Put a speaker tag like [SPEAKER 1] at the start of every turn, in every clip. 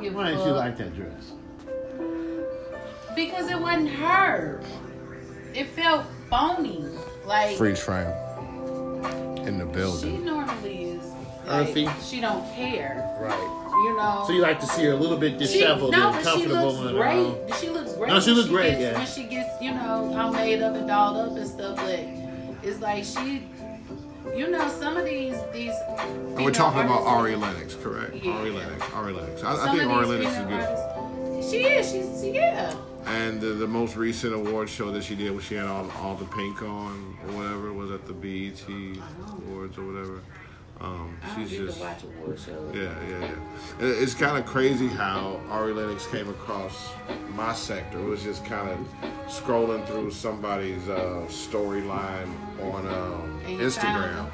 [SPEAKER 1] give
[SPEAKER 2] Why
[SPEAKER 1] a
[SPEAKER 2] did
[SPEAKER 1] fuck.
[SPEAKER 2] you like that dress?
[SPEAKER 1] because it wasn't her. It felt phony. Like
[SPEAKER 3] Freeze frame. In the
[SPEAKER 1] she
[SPEAKER 3] building.
[SPEAKER 1] normally is. Like,
[SPEAKER 2] Earthy.
[SPEAKER 1] She don't care.
[SPEAKER 2] Right.
[SPEAKER 1] You know.
[SPEAKER 2] So you like to see her a little bit
[SPEAKER 1] she,
[SPEAKER 2] disheveled
[SPEAKER 1] no,
[SPEAKER 2] and
[SPEAKER 1] but she
[SPEAKER 2] comfortable
[SPEAKER 1] looks
[SPEAKER 2] on her
[SPEAKER 1] great.
[SPEAKER 2] own.
[SPEAKER 1] She looks great.
[SPEAKER 2] No, she
[SPEAKER 1] when
[SPEAKER 2] looks great,
[SPEAKER 1] Gets,
[SPEAKER 2] yeah.
[SPEAKER 1] When she gets, you know, all made up and dolled up and stuff, but it's like she, you know, some of these these.
[SPEAKER 3] And we're talking about Ari
[SPEAKER 1] Ari.
[SPEAKER 3] Lennox, correct?
[SPEAKER 1] Yeah.
[SPEAKER 3] Ari Lennox. Ari Lennox. I, I think Ari Lennox is beautiful.
[SPEAKER 1] She is. She's she, yeah.
[SPEAKER 3] And the, the most recent award show that she did, where she had all all the pink on or whatever, was at the BET Awards or whatever. Um,
[SPEAKER 1] I don't
[SPEAKER 3] she's
[SPEAKER 1] need
[SPEAKER 3] just
[SPEAKER 1] to watch award shows.
[SPEAKER 3] yeah, yeah, yeah. It, it's kind of crazy how Ari Lennox came across my sector. It was just kind of scrolling through somebody's uh, storyline on uh,
[SPEAKER 1] And you
[SPEAKER 3] Instagram,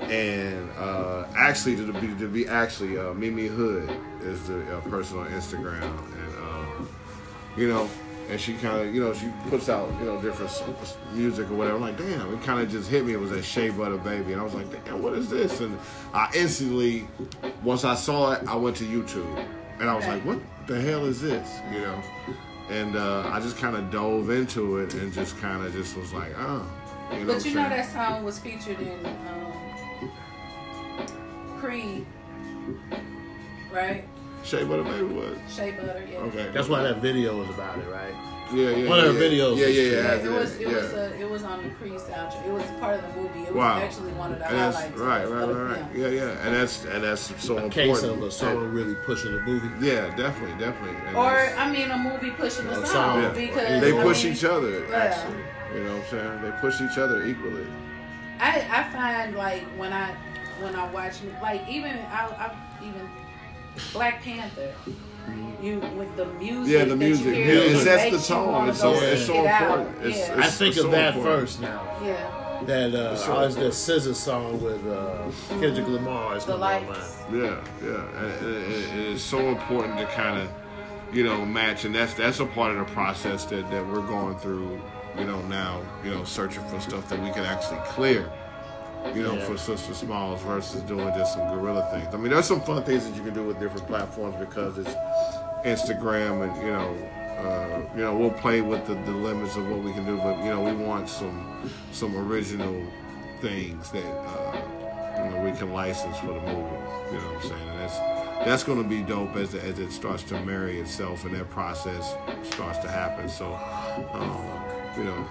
[SPEAKER 1] found
[SPEAKER 3] and uh, actually to be to be actually uh, Mimi Hood is the uh, person on Instagram, and. Uh, you know. And she kind of, you know, she puts out, you know, different s- s- music or whatever. I'm like, damn, it kind of just hit me. It was that Shea Butter Baby, and I was like, damn, what is this? And I instantly, once I saw it, I went to YouTube, and I was
[SPEAKER 1] Okay.
[SPEAKER 3] like, what the hell is this? You know, and uh, I just kind of dove into it and just kind of just was like, oh, you know.
[SPEAKER 1] But you know
[SPEAKER 3] what I'm
[SPEAKER 1] that
[SPEAKER 3] saying?
[SPEAKER 1] song was featured in um, Creed, right?
[SPEAKER 3] Shea Butter Baby was
[SPEAKER 1] Shea Butter. Yeah.
[SPEAKER 3] okay.
[SPEAKER 2] That's why that video was about it, right?
[SPEAKER 3] yeah, yeah,
[SPEAKER 2] one of
[SPEAKER 3] yeah,
[SPEAKER 2] her videos
[SPEAKER 3] Yeah, yeah,
[SPEAKER 2] was-
[SPEAKER 3] yeah.
[SPEAKER 2] Yeah,
[SPEAKER 1] It was it
[SPEAKER 3] yeah.
[SPEAKER 1] was a, it was on the Creed soundtrack. It was part of the movie. It was
[SPEAKER 3] Wow.
[SPEAKER 1] actually one of the
[SPEAKER 3] And that's
[SPEAKER 1] highlights.
[SPEAKER 3] right,
[SPEAKER 1] of
[SPEAKER 3] right,
[SPEAKER 1] the
[SPEAKER 3] right, right.
[SPEAKER 1] film.
[SPEAKER 3] Yeah, yeah. And that's and that's so
[SPEAKER 2] A
[SPEAKER 3] important.
[SPEAKER 2] case of a song
[SPEAKER 3] And-
[SPEAKER 2] really pushing the movie.
[SPEAKER 3] yeah, definitely, definitely. And
[SPEAKER 1] Or
[SPEAKER 3] it's-
[SPEAKER 1] I mean, a movie pushing the
[SPEAKER 2] Yeah,
[SPEAKER 1] song
[SPEAKER 2] yeah.
[SPEAKER 1] because
[SPEAKER 3] they
[SPEAKER 1] I
[SPEAKER 3] push
[SPEAKER 1] mean,
[SPEAKER 3] each other.
[SPEAKER 1] yeah.
[SPEAKER 3] Actually, you know what I'm saying? They push each other equally.
[SPEAKER 1] I, I find like when I when I watch like even I, I even Black Panther. You with the music.
[SPEAKER 3] Yeah, the music.
[SPEAKER 1] That you
[SPEAKER 3] Yeah,
[SPEAKER 1] hear,
[SPEAKER 3] it sets the
[SPEAKER 1] makes you
[SPEAKER 3] tone.
[SPEAKER 1] wanna
[SPEAKER 3] It's so-
[SPEAKER 1] go
[SPEAKER 2] it's
[SPEAKER 3] so
[SPEAKER 1] get out.
[SPEAKER 3] important. It's-
[SPEAKER 1] yeah.
[SPEAKER 2] I think
[SPEAKER 3] it's
[SPEAKER 2] of
[SPEAKER 3] so
[SPEAKER 2] that
[SPEAKER 3] important.
[SPEAKER 2] first now.
[SPEAKER 1] yeah.
[SPEAKER 2] That uh,
[SPEAKER 3] so
[SPEAKER 2] always
[SPEAKER 3] important.
[SPEAKER 2] that scissor song with uh, Kendrick Lamar is
[SPEAKER 1] The
[SPEAKER 2] coming on
[SPEAKER 1] lights.
[SPEAKER 2] mine.
[SPEAKER 3] Yeah, yeah. And it- it- it is so important to kind of, you know, match, and that's that's a part of the process that that we're going through. You know, now you know, searching for stuff that we can actually clear. You know,
[SPEAKER 2] Yeah.
[SPEAKER 3] for Sister Smalls versus doing just some guerrilla things. I mean, there's some fun things that you can do with different platforms because it's Instagram and you know, uh, you know, we'll play with the, the limits of what we can do, but you know, we want some some original things that uh, you know we can license for the movie. You know what I'm saying? And that's that's going to be dope as as it starts to marry itself and that process starts to happen. So, um, you know.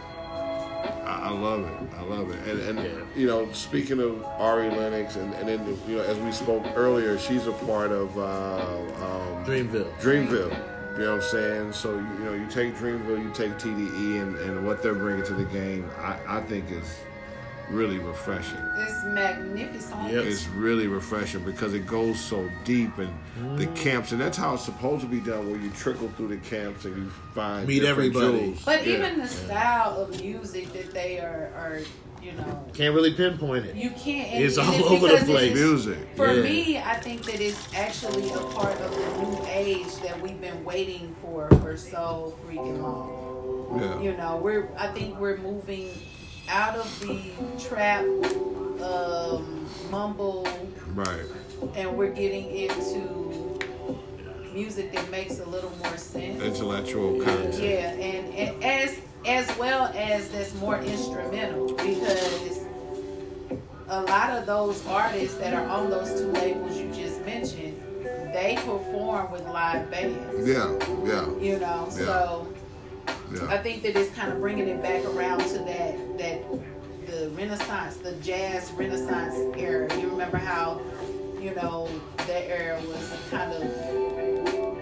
[SPEAKER 3] I I love it. I love it. And, and
[SPEAKER 2] Yeah.
[SPEAKER 3] you know, speaking of Ari Lennox, and, and then, you know, as we spoke earlier, she's a part of uh, um,
[SPEAKER 2] Dreamville.
[SPEAKER 3] Dreamville. You know what I'm saying? So you, you know, you take Dreamville, you take TDE, and, and what they're bringing to the game, I, I think is really refreshing.
[SPEAKER 1] It's magnificent.
[SPEAKER 2] Yep.
[SPEAKER 3] It's really refreshing because it goes so deep and the
[SPEAKER 2] Mm.
[SPEAKER 3] camps, and that's how it's supposed to be done. Where you trickle through the camps and you find
[SPEAKER 2] Meet
[SPEAKER 3] different
[SPEAKER 2] everybody.
[SPEAKER 3] jewels.
[SPEAKER 1] But
[SPEAKER 3] Yeah.
[SPEAKER 1] even the style of music that they are, are you know,
[SPEAKER 2] Can't really pinpoint it.
[SPEAKER 1] you can't.
[SPEAKER 2] It's all
[SPEAKER 1] because
[SPEAKER 2] over the
[SPEAKER 1] it's-
[SPEAKER 2] place.
[SPEAKER 3] music,
[SPEAKER 1] For
[SPEAKER 2] Yeah.
[SPEAKER 1] me, I think that it's actually a part of the new age that we've been waiting for for so freaking long.
[SPEAKER 3] yeah.
[SPEAKER 1] You know, we're I think we're moving out of the trap, um, mumble,
[SPEAKER 3] right,
[SPEAKER 1] and we're getting into music that makes a little more sense.
[SPEAKER 3] intellectual content.
[SPEAKER 1] Yeah, and, and as as well as that's more instrumental because a lot of those artists that are on those two labels you just mentioned, they perform with live bands.
[SPEAKER 3] Yeah, yeah,
[SPEAKER 1] You know, so I
[SPEAKER 3] yeah.
[SPEAKER 1] think that it's kind of bringing it back around to that that the Renaissance, the jazz Renaissance era. You remember how you know that era was kind of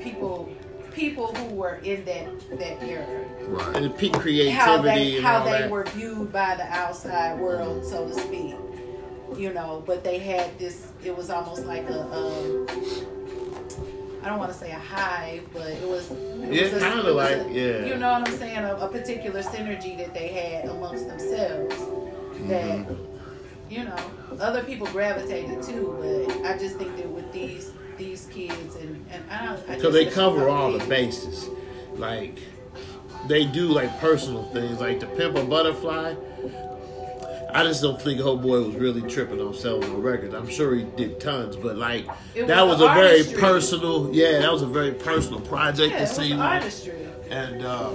[SPEAKER 1] people people who were in that that era
[SPEAKER 3] Right.
[SPEAKER 2] And it peak creativity
[SPEAKER 1] how they
[SPEAKER 2] and
[SPEAKER 1] how
[SPEAKER 2] all
[SPEAKER 1] they
[SPEAKER 2] that.
[SPEAKER 1] were viewed by the outside world, so to speak. You know, but they had this. It was almost like a. Um, I don't want to say a hive, but it was. It
[SPEAKER 2] Yeah,
[SPEAKER 1] was a-
[SPEAKER 2] kinda
[SPEAKER 1] it was
[SPEAKER 2] like-
[SPEAKER 1] a-
[SPEAKER 2] yeah.
[SPEAKER 1] You know what I'm saying? A, a particular synergy that they had amongst themselves that
[SPEAKER 2] Mm-hmm.
[SPEAKER 1] you know other people gravitated to, but I just think that with these these kids and and I don't. I
[SPEAKER 2] Because
[SPEAKER 1] just
[SPEAKER 2] they
[SPEAKER 1] think
[SPEAKER 2] cover
[SPEAKER 1] about
[SPEAKER 2] all the
[SPEAKER 1] kids.
[SPEAKER 2] bases. Like, they do like personal things, like the Pimp a Butterfly. I just don't think Ho Boy was really tripping on selling a record. I'm sure he did tons, but like
[SPEAKER 1] It
[SPEAKER 2] that
[SPEAKER 1] was
[SPEAKER 2] was a very
[SPEAKER 1] artistry.
[SPEAKER 2] personal. Yeah, that was a very personal project
[SPEAKER 1] Yeah,
[SPEAKER 2] to
[SPEAKER 1] it was
[SPEAKER 2] see.
[SPEAKER 1] artistry.
[SPEAKER 2] And uh,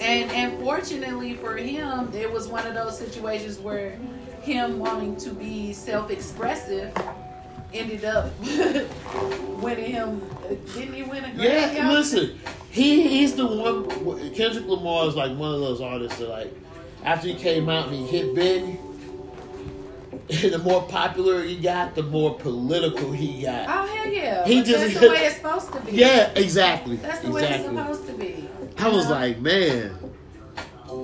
[SPEAKER 1] And and fortunately for him, it was one of those situations where him wanting to be self-expressive ended up winning him. Didn't he win a Grammy?
[SPEAKER 2] yeah,
[SPEAKER 1] y'all?
[SPEAKER 2] listen, he he's the one. Kendrick Lamar is like one of those artists that like after he came out and he hit big. The more popular he got, the more political he got.
[SPEAKER 1] Oh hell yeah!
[SPEAKER 2] He
[SPEAKER 1] But
[SPEAKER 2] just-
[SPEAKER 1] that's the way it's supposed to be.
[SPEAKER 2] Yeah, exactly.
[SPEAKER 1] Oh. that's the way it's
[SPEAKER 2] exactly.
[SPEAKER 1] supposed to be.
[SPEAKER 2] I was
[SPEAKER 1] You know?
[SPEAKER 2] like, man,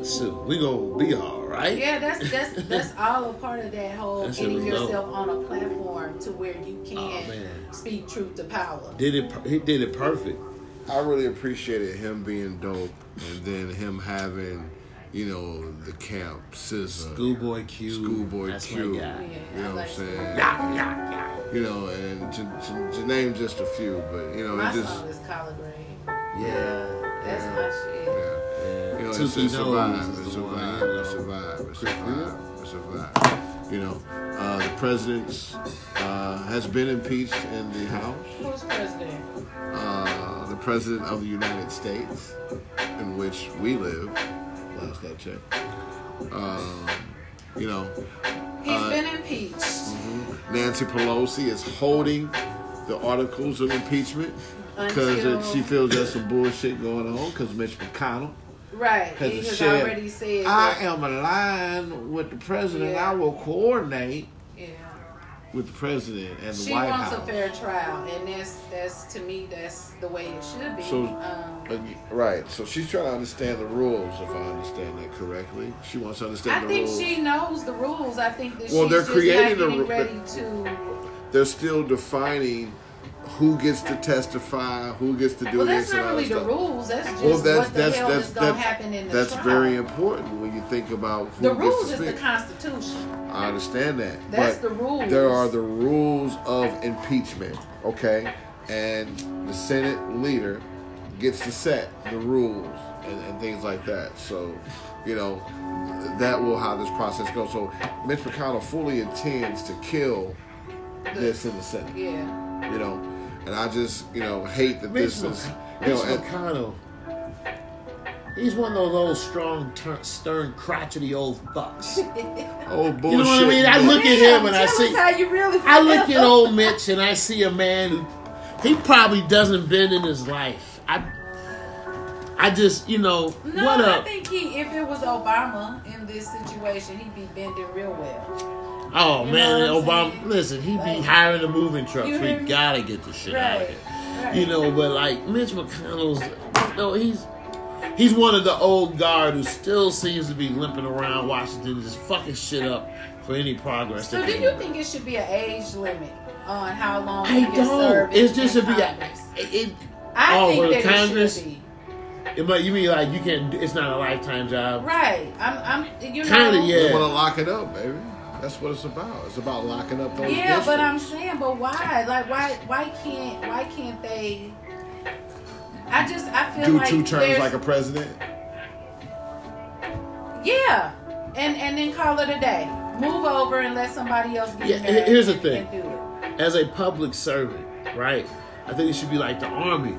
[SPEAKER 2] shoot, we gonna be all right.
[SPEAKER 1] Yeah, that's that's that's all a part of that whole
[SPEAKER 2] That shit
[SPEAKER 1] getting
[SPEAKER 2] was dope.
[SPEAKER 1] yourself on a platform to where you can
[SPEAKER 2] Aw, man.
[SPEAKER 1] speak truth to power.
[SPEAKER 2] Did it? per- He did it perfect.
[SPEAKER 3] I really appreciated him being dope, and then him having, you know, the camp SZA,
[SPEAKER 2] Schoolboy Q.
[SPEAKER 3] Schoolboy
[SPEAKER 2] that's
[SPEAKER 3] Q.
[SPEAKER 2] My guy.
[SPEAKER 3] You know what I'm saying?
[SPEAKER 2] Yeah, yeah, yeah.
[SPEAKER 3] You know, and to, to, to name just a few, but you know,
[SPEAKER 1] My
[SPEAKER 3] it just
[SPEAKER 1] song is collard green.
[SPEAKER 2] Yeah.
[SPEAKER 1] That's my shit.
[SPEAKER 3] yeah. You know,
[SPEAKER 2] yeah.
[SPEAKER 3] it's,
[SPEAKER 2] Tuki
[SPEAKER 3] it's a
[SPEAKER 2] Nose
[SPEAKER 3] vibe.
[SPEAKER 2] is
[SPEAKER 3] It's a
[SPEAKER 2] the one I
[SPEAKER 3] vibe. It's a
[SPEAKER 2] love.
[SPEAKER 3] vibe. It's a vibe. It's a vibe. You know, uh, the president's uh, has been impeached in the House.
[SPEAKER 1] Who's president?
[SPEAKER 3] Uh, the president of the United States, in which we live. Last I checked. Um, you know,
[SPEAKER 1] He's
[SPEAKER 3] Uh,
[SPEAKER 1] been impeached.
[SPEAKER 3] Nancy Pelosi is holding the articles of impeachment
[SPEAKER 1] Until-
[SPEAKER 3] because she feels there's some bullshit going on. Because Mitch McConnell.
[SPEAKER 1] Right.
[SPEAKER 3] Because
[SPEAKER 1] He
[SPEAKER 3] of
[SPEAKER 1] has
[SPEAKER 3] shit.
[SPEAKER 1] already said
[SPEAKER 3] I
[SPEAKER 1] that-
[SPEAKER 3] am aligned with the president.
[SPEAKER 1] Yeah.
[SPEAKER 3] I will coordinate
[SPEAKER 1] yeah.
[SPEAKER 3] with the president and the
[SPEAKER 1] She
[SPEAKER 3] White
[SPEAKER 1] wants
[SPEAKER 3] House.
[SPEAKER 1] a fair trial and that's that's to me that's the way it should be.
[SPEAKER 3] So-
[SPEAKER 1] um,
[SPEAKER 3] Ag- Right. So she's trying to understand the rules, if I understand that correctly. She wants to understand
[SPEAKER 1] I
[SPEAKER 3] the
[SPEAKER 1] think
[SPEAKER 3] rules.
[SPEAKER 1] she knows the rules. I think that
[SPEAKER 3] Well,
[SPEAKER 1] she's
[SPEAKER 3] they're
[SPEAKER 1] just
[SPEAKER 3] creating the
[SPEAKER 1] not getting
[SPEAKER 3] ru-
[SPEAKER 1] ready to
[SPEAKER 3] They're still defining who gets to testify, who gets to do
[SPEAKER 1] Well,
[SPEAKER 3] this,
[SPEAKER 1] that's
[SPEAKER 3] and
[SPEAKER 1] not
[SPEAKER 3] all
[SPEAKER 1] really
[SPEAKER 3] that
[SPEAKER 1] the
[SPEAKER 3] stuff.
[SPEAKER 1] rules. That's just
[SPEAKER 3] Well, that's
[SPEAKER 1] what the
[SPEAKER 3] that's
[SPEAKER 1] hell
[SPEAKER 3] that's
[SPEAKER 1] is going
[SPEAKER 3] that's,
[SPEAKER 1] to happen in the
[SPEAKER 3] that's
[SPEAKER 1] trial.
[SPEAKER 3] very important when you think about who
[SPEAKER 1] The
[SPEAKER 3] gets
[SPEAKER 1] rules
[SPEAKER 3] to
[SPEAKER 1] is
[SPEAKER 3] speak.
[SPEAKER 1] the Constitution.
[SPEAKER 3] I understand that.
[SPEAKER 1] That's
[SPEAKER 3] but
[SPEAKER 1] the rules.
[SPEAKER 3] There are the rules of impeachment, okay? And the Senate leader gets to set the rules and, and things like that. So, you know, that will how this process goes. So, Mitch McConnell fully intends to kill this in the Senate,
[SPEAKER 1] Yeah.
[SPEAKER 3] you know? And I just, you know, hate that
[SPEAKER 2] Mitch
[SPEAKER 3] this is,
[SPEAKER 2] Mc-
[SPEAKER 3] you know,
[SPEAKER 2] Mitch
[SPEAKER 3] and-
[SPEAKER 2] McConnell. He's one of those old strong, tur- stern, crotchety old fucks.
[SPEAKER 3] oh, bullshit.
[SPEAKER 2] You know what I mean? I
[SPEAKER 3] you know?
[SPEAKER 2] look at
[SPEAKER 1] Damn,
[SPEAKER 2] him and I
[SPEAKER 1] tell
[SPEAKER 2] see.
[SPEAKER 1] us how you really
[SPEAKER 2] I look
[SPEAKER 1] feel.
[SPEAKER 2] at old Mitch and I see a man who he probably doesn't been in his life. I I just you know
[SPEAKER 1] No,
[SPEAKER 2] what
[SPEAKER 1] I
[SPEAKER 2] up?
[SPEAKER 1] think he, if it was Obama in this situation, he'd be bending real well.
[SPEAKER 2] Oh
[SPEAKER 1] you
[SPEAKER 2] man,
[SPEAKER 1] know what I'm
[SPEAKER 2] Obama!
[SPEAKER 1] saying?
[SPEAKER 2] Listen, he be
[SPEAKER 1] Like-
[SPEAKER 2] hiring the moving trucks.
[SPEAKER 1] You
[SPEAKER 2] We
[SPEAKER 1] hear me?
[SPEAKER 2] gotta get the shit out of
[SPEAKER 1] Right.
[SPEAKER 2] here.
[SPEAKER 1] right.
[SPEAKER 2] You know, but like Mitch McConnell's, you know, he's he's one of the old guard who still seems to be limping around Washington, just fucking shit up for any progress.
[SPEAKER 1] So,
[SPEAKER 2] that
[SPEAKER 1] do
[SPEAKER 2] can-
[SPEAKER 1] you think it should be an age limit on how long you
[SPEAKER 2] I
[SPEAKER 1] can serve
[SPEAKER 2] don't. It's
[SPEAKER 1] in
[SPEAKER 2] just should be a,
[SPEAKER 1] Congress?
[SPEAKER 2] it.
[SPEAKER 1] I
[SPEAKER 2] oh, for
[SPEAKER 1] think
[SPEAKER 2] the
[SPEAKER 1] that
[SPEAKER 2] Congress?
[SPEAKER 1] it should be.
[SPEAKER 2] It might, you mean like you can? not It's not a lifetime job.
[SPEAKER 1] Right. I'm. I'm. You
[SPEAKER 2] Kinda,
[SPEAKER 1] know.
[SPEAKER 2] yeah.
[SPEAKER 3] They want to lock it up, baby. That's what it's about. It's about locking up those
[SPEAKER 1] Yeah, but I'm
[SPEAKER 3] districts.
[SPEAKER 1] saying, but why? Like, why? Why can't? Why can't they? I just I feel
[SPEAKER 3] Do
[SPEAKER 1] like
[SPEAKER 3] two terms
[SPEAKER 1] there's-
[SPEAKER 3] like a president.
[SPEAKER 1] yeah, and and then call it a day. Move over and let somebody else get
[SPEAKER 2] Yeah,
[SPEAKER 1] there
[SPEAKER 2] he- here's the
[SPEAKER 1] and-
[SPEAKER 2] thing.
[SPEAKER 1] and do it.
[SPEAKER 2] As a public servant, right? I think it should be like the army.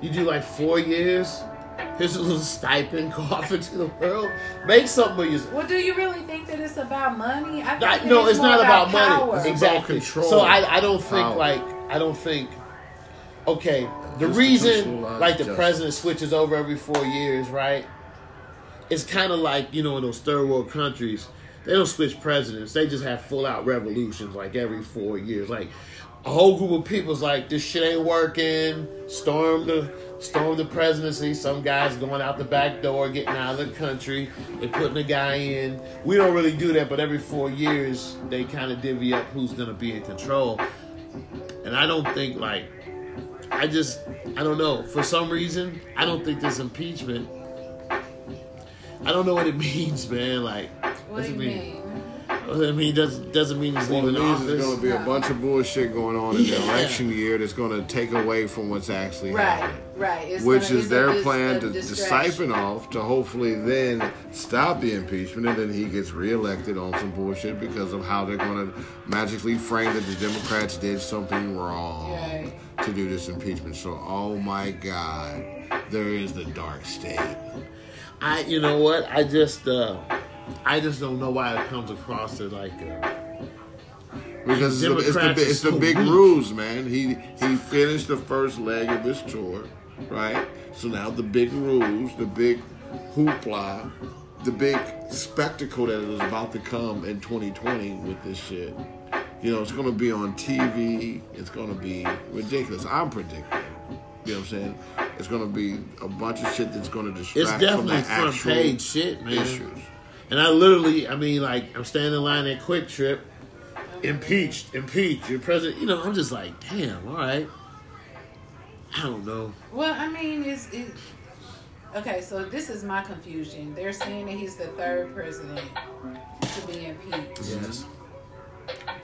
[SPEAKER 2] You do like four years. Here's a little stipend, go off into the world, make something with yourself.
[SPEAKER 1] Well, do you really think that it's about money? I think
[SPEAKER 2] Not-
[SPEAKER 1] that
[SPEAKER 2] no, it's
[SPEAKER 1] more
[SPEAKER 2] not about,
[SPEAKER 1] power.
[SPEAKER 2] money.
[SPEAKER 3] It's about
[SPEAKER 2] exactly.
[SPEAKER 3] control.
[SPEAKER 2] So I, I don't think
[SPEAKER 3] Power.
[SPEAKER 2] like I don't think. Okay, the reason
[SPEAKER 3] Constitutionalized
[SPEAKER 2] like the
[SPEAKER 3] justice.
[SPEAKER 2] president switches over every four years, right? It's kind of like you know in those third world countries, they don't switch presidents. They just have full out revolutions like every four years. Like a whole group of people's like this shit ain't working. Storm the storm the presidency. Some guys going out the back door, getting out of the country, and putting a guy in. We don't really do that, but every four years they kind of divvy up who's gonna be in control. And I don't think like I just I don't know. For some reason, I don't think this impeachment. I don't know what it means, man. Like,
[SPEAKER 1] What do
[SPEAKER 2] does
[SPEAKER 1] you
[SPEAKER 2] it
[SPEAKER 1] mean?
[SPEAKER 2] I I mean, doesn't doesn't mean he's
[SPEAKER 3] Well, it
[SPEAKER 2] leaving
[SPEAKER 3] means there's going
[SPEAKER 2] office.
[SPEAKER 3] to be a bunch of bullshit going on in the
[SPEAKER 2] Yeah.
[SPEAKER 3] election year that's going to take away from what's actually
[SPEAKER 1] Right,
[SPEAKER 3] happening.
[SPEAKER 1] right. It's
[SPEAKER 3] Which
[SPEAKER 1] gonna-
[SPEAKER 3] is
[SPEAKER 1] it's a
[SPEAKER 3] their
[SPEAKER 1] dis-
[SPEAKER 3] plan
[SPEAKER 1] a
[SPEAKER 3] to, to
[SPEAKER 1] distraction.
[SPEAKER 3] siphon off to hopefully then stop the impeachment, and then he gets reelected on some bullshit because of how they're going to magically frame that the Democrats did something wrong
[SPEAKER 1] Right.
[SPEAKER 3] to do this impeachment. So, oh my God, there is the dark state.
[SPEAKER 2] I, you know what? I just, uh, I just don't know why it comes across as like. Uh,
[SPEAKER 3] Because it's the, it's the,
[SPEAKER 2] Democrats
[SPEAKER 3] it's the
[SPEAKER 2] are so
[SPEAKER 3] big
[SPEAKER 2] weak.
[SPEAKER 3] rules, man. He he finished the first leg of his tour, right? So now the big rules, the big hoopla, the big spectacle that is about to come in 2020 with this shit. You know, it's going to be on TV. It's going to be ridiculous. I'm predicting. You know what I'm saying? It's going to be a bunch of shit that's going to distract
[SPEAKER 2] It's
[SPEAKER 3] from the
[SPEAKER 2] definitely front
[SPEAKER 3] actual
[SPEAKER 2] page shit, man.
[SPEAKER 3] issues.
[SPEAKER 2] And I literally, I mean, like, I'm standing in line at Quick Trip, impeached, impeached, your president. You know, I'm just like, damn, all right. I don't know.
[SPEAKER 1] Well, I mean, it's it. Okay, so this is my confusion. They're saying that he's the third president to be impeached,
[SPEAKER 2] Yes.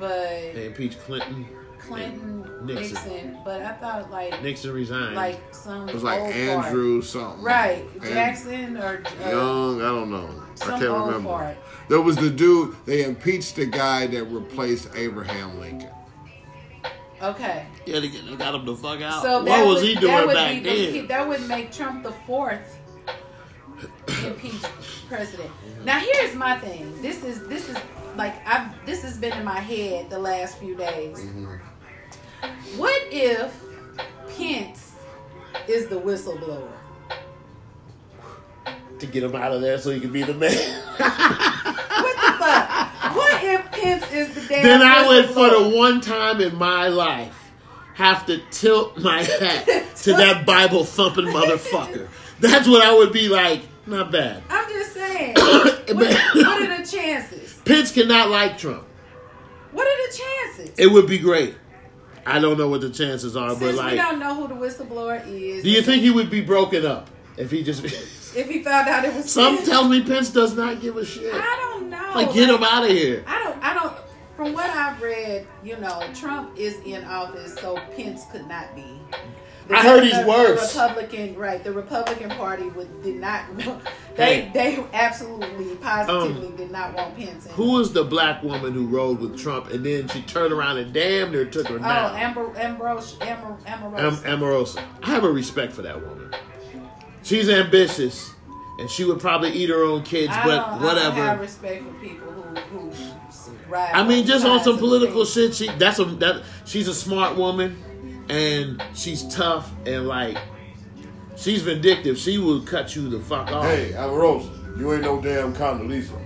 [SPEAKER 1] but
[SPEAKER 2] They impeached Clinton.
[SPEAKER 1] Clinton,
[SPEAKER 2] Nixon.
[SPEAKER 1] Nixon. But I thought like
[SPEAKER 2] Nixon resigned.
[SPEAKER 1] like some
[SPEAKER 3] It was like
[SPEAKER 1] old
[SPEAKER 3] Andrew something.
[SPEAKER 1] fart. right
[SPEAKER 3] And-
[SPEAKER 1] Jackson or uh,
[SPEAKER 3] Young, I don't know. I
[SPEAKER 1] Some
[SPEAKER 3] can't
[SPEAKER 1] old
[SPEAKER 3] remember.
[SPEAKER 1] fart.
[SPEAKER 3] There was the dude. They impeached the guy that replaced Abraham Lincoln.
[SPEAKER 1] Okay,
[SPEAKER 2] yeah, they, they got him the fuck out.
[SPEAKER 1] so
[SPEAKER 2] what
[SPEAKER 1] that
[SPEAKER 2] was
[SPEAKER 1] would-
[SPEAKER 2] he
[SPEAKER 1] that
[SPEAKER 2] doing
[SPEAKER 1] would
[SPEAKER 2] back
[SPEAKER 1] be-
[SPEAKER 2] then?
[SPEAKER 1] That would make Trump the fourth impeached president. Now here's my thing. This is this is like I've this has been in my head the last few days. What if Pence is the whistleblower?
[SPEAKER 2] to get him out of there so he could be the man.
[SPEAKER 1] What the fuck? What if Pence is the damn
[SPEAKER 2] then I would, for
[SPEAKER 1] whistleblower?
[SPEAKER 2] the one time in my life, have to tilt my hat to that Bible thumping motherfucker. That's what I would be like. Not bad.
[SPEAKER 1] I'm just saying. what, what are the chances?
[SPEAKER 2] Pence cannot like Trump.
[SPEAKER 1] What are the chances?
[SPEAKER 2] It would be great. I don't know what the chances are, but
[SPEAKER 1] Since we
[SPEAKER 2] like,
[SPEAKER 1] don't know who the whistleblower is,
[SPEAKER 2] do you think he would be broken up if he just?
[SPEAKER 1] if he found out it was
[SPEAKER 2] Some
[SPEAKER 1] Pence,
[SPEAKER 2] tells me Pence does not give a shit.
[SPEAKER 1] I don't know.
[SPEAKER 2] Like, get him out of here.
[SPEAKER 1] I don't. I don't. From what I've read, you know, Trump is in office, so Pence could not be. The-
[SPEAKER 2] I heard
[SPEAKER 1] the-
[SPEAKER 2] he's
[SPEAKER 1] the
[SPEAKER 2] worse.
[SPEAKER 1] Republican, right? The Republican Party would did not. They
[SPEAKER 2] Hey. Um,
[SPEAKER 1] they absolutely positively did not want Pence. In.
[SPEAKER 2] Who was the black woman who rode with Trump and then she turned around and damn near took her
[SPEAKER 1] Oh,
[SPEAKER 2] down?
[SPEAKER 1] Amber Ambrose Amber Ambrose.
[SPEAKER 2] Am- Amorosa. I have a respect for that woman. She's ambitious, and she would probably eat her own kids,
[SPEAKER 1] I
[SPEAKER 2] but
[SPEAKER 1] don't, I don't have
[SPEAKER 2] whatever.
[SPEAKER 1] respect for people who who. Right.
[SPEAKER 2] I mean, just on some political shit, she that's a that she's a smart woman, and she's tough and like she's vindictive. She will cut you the fuck off.
[SPEAKER 3] Alvarosa, you ain't no damn Condoleezza.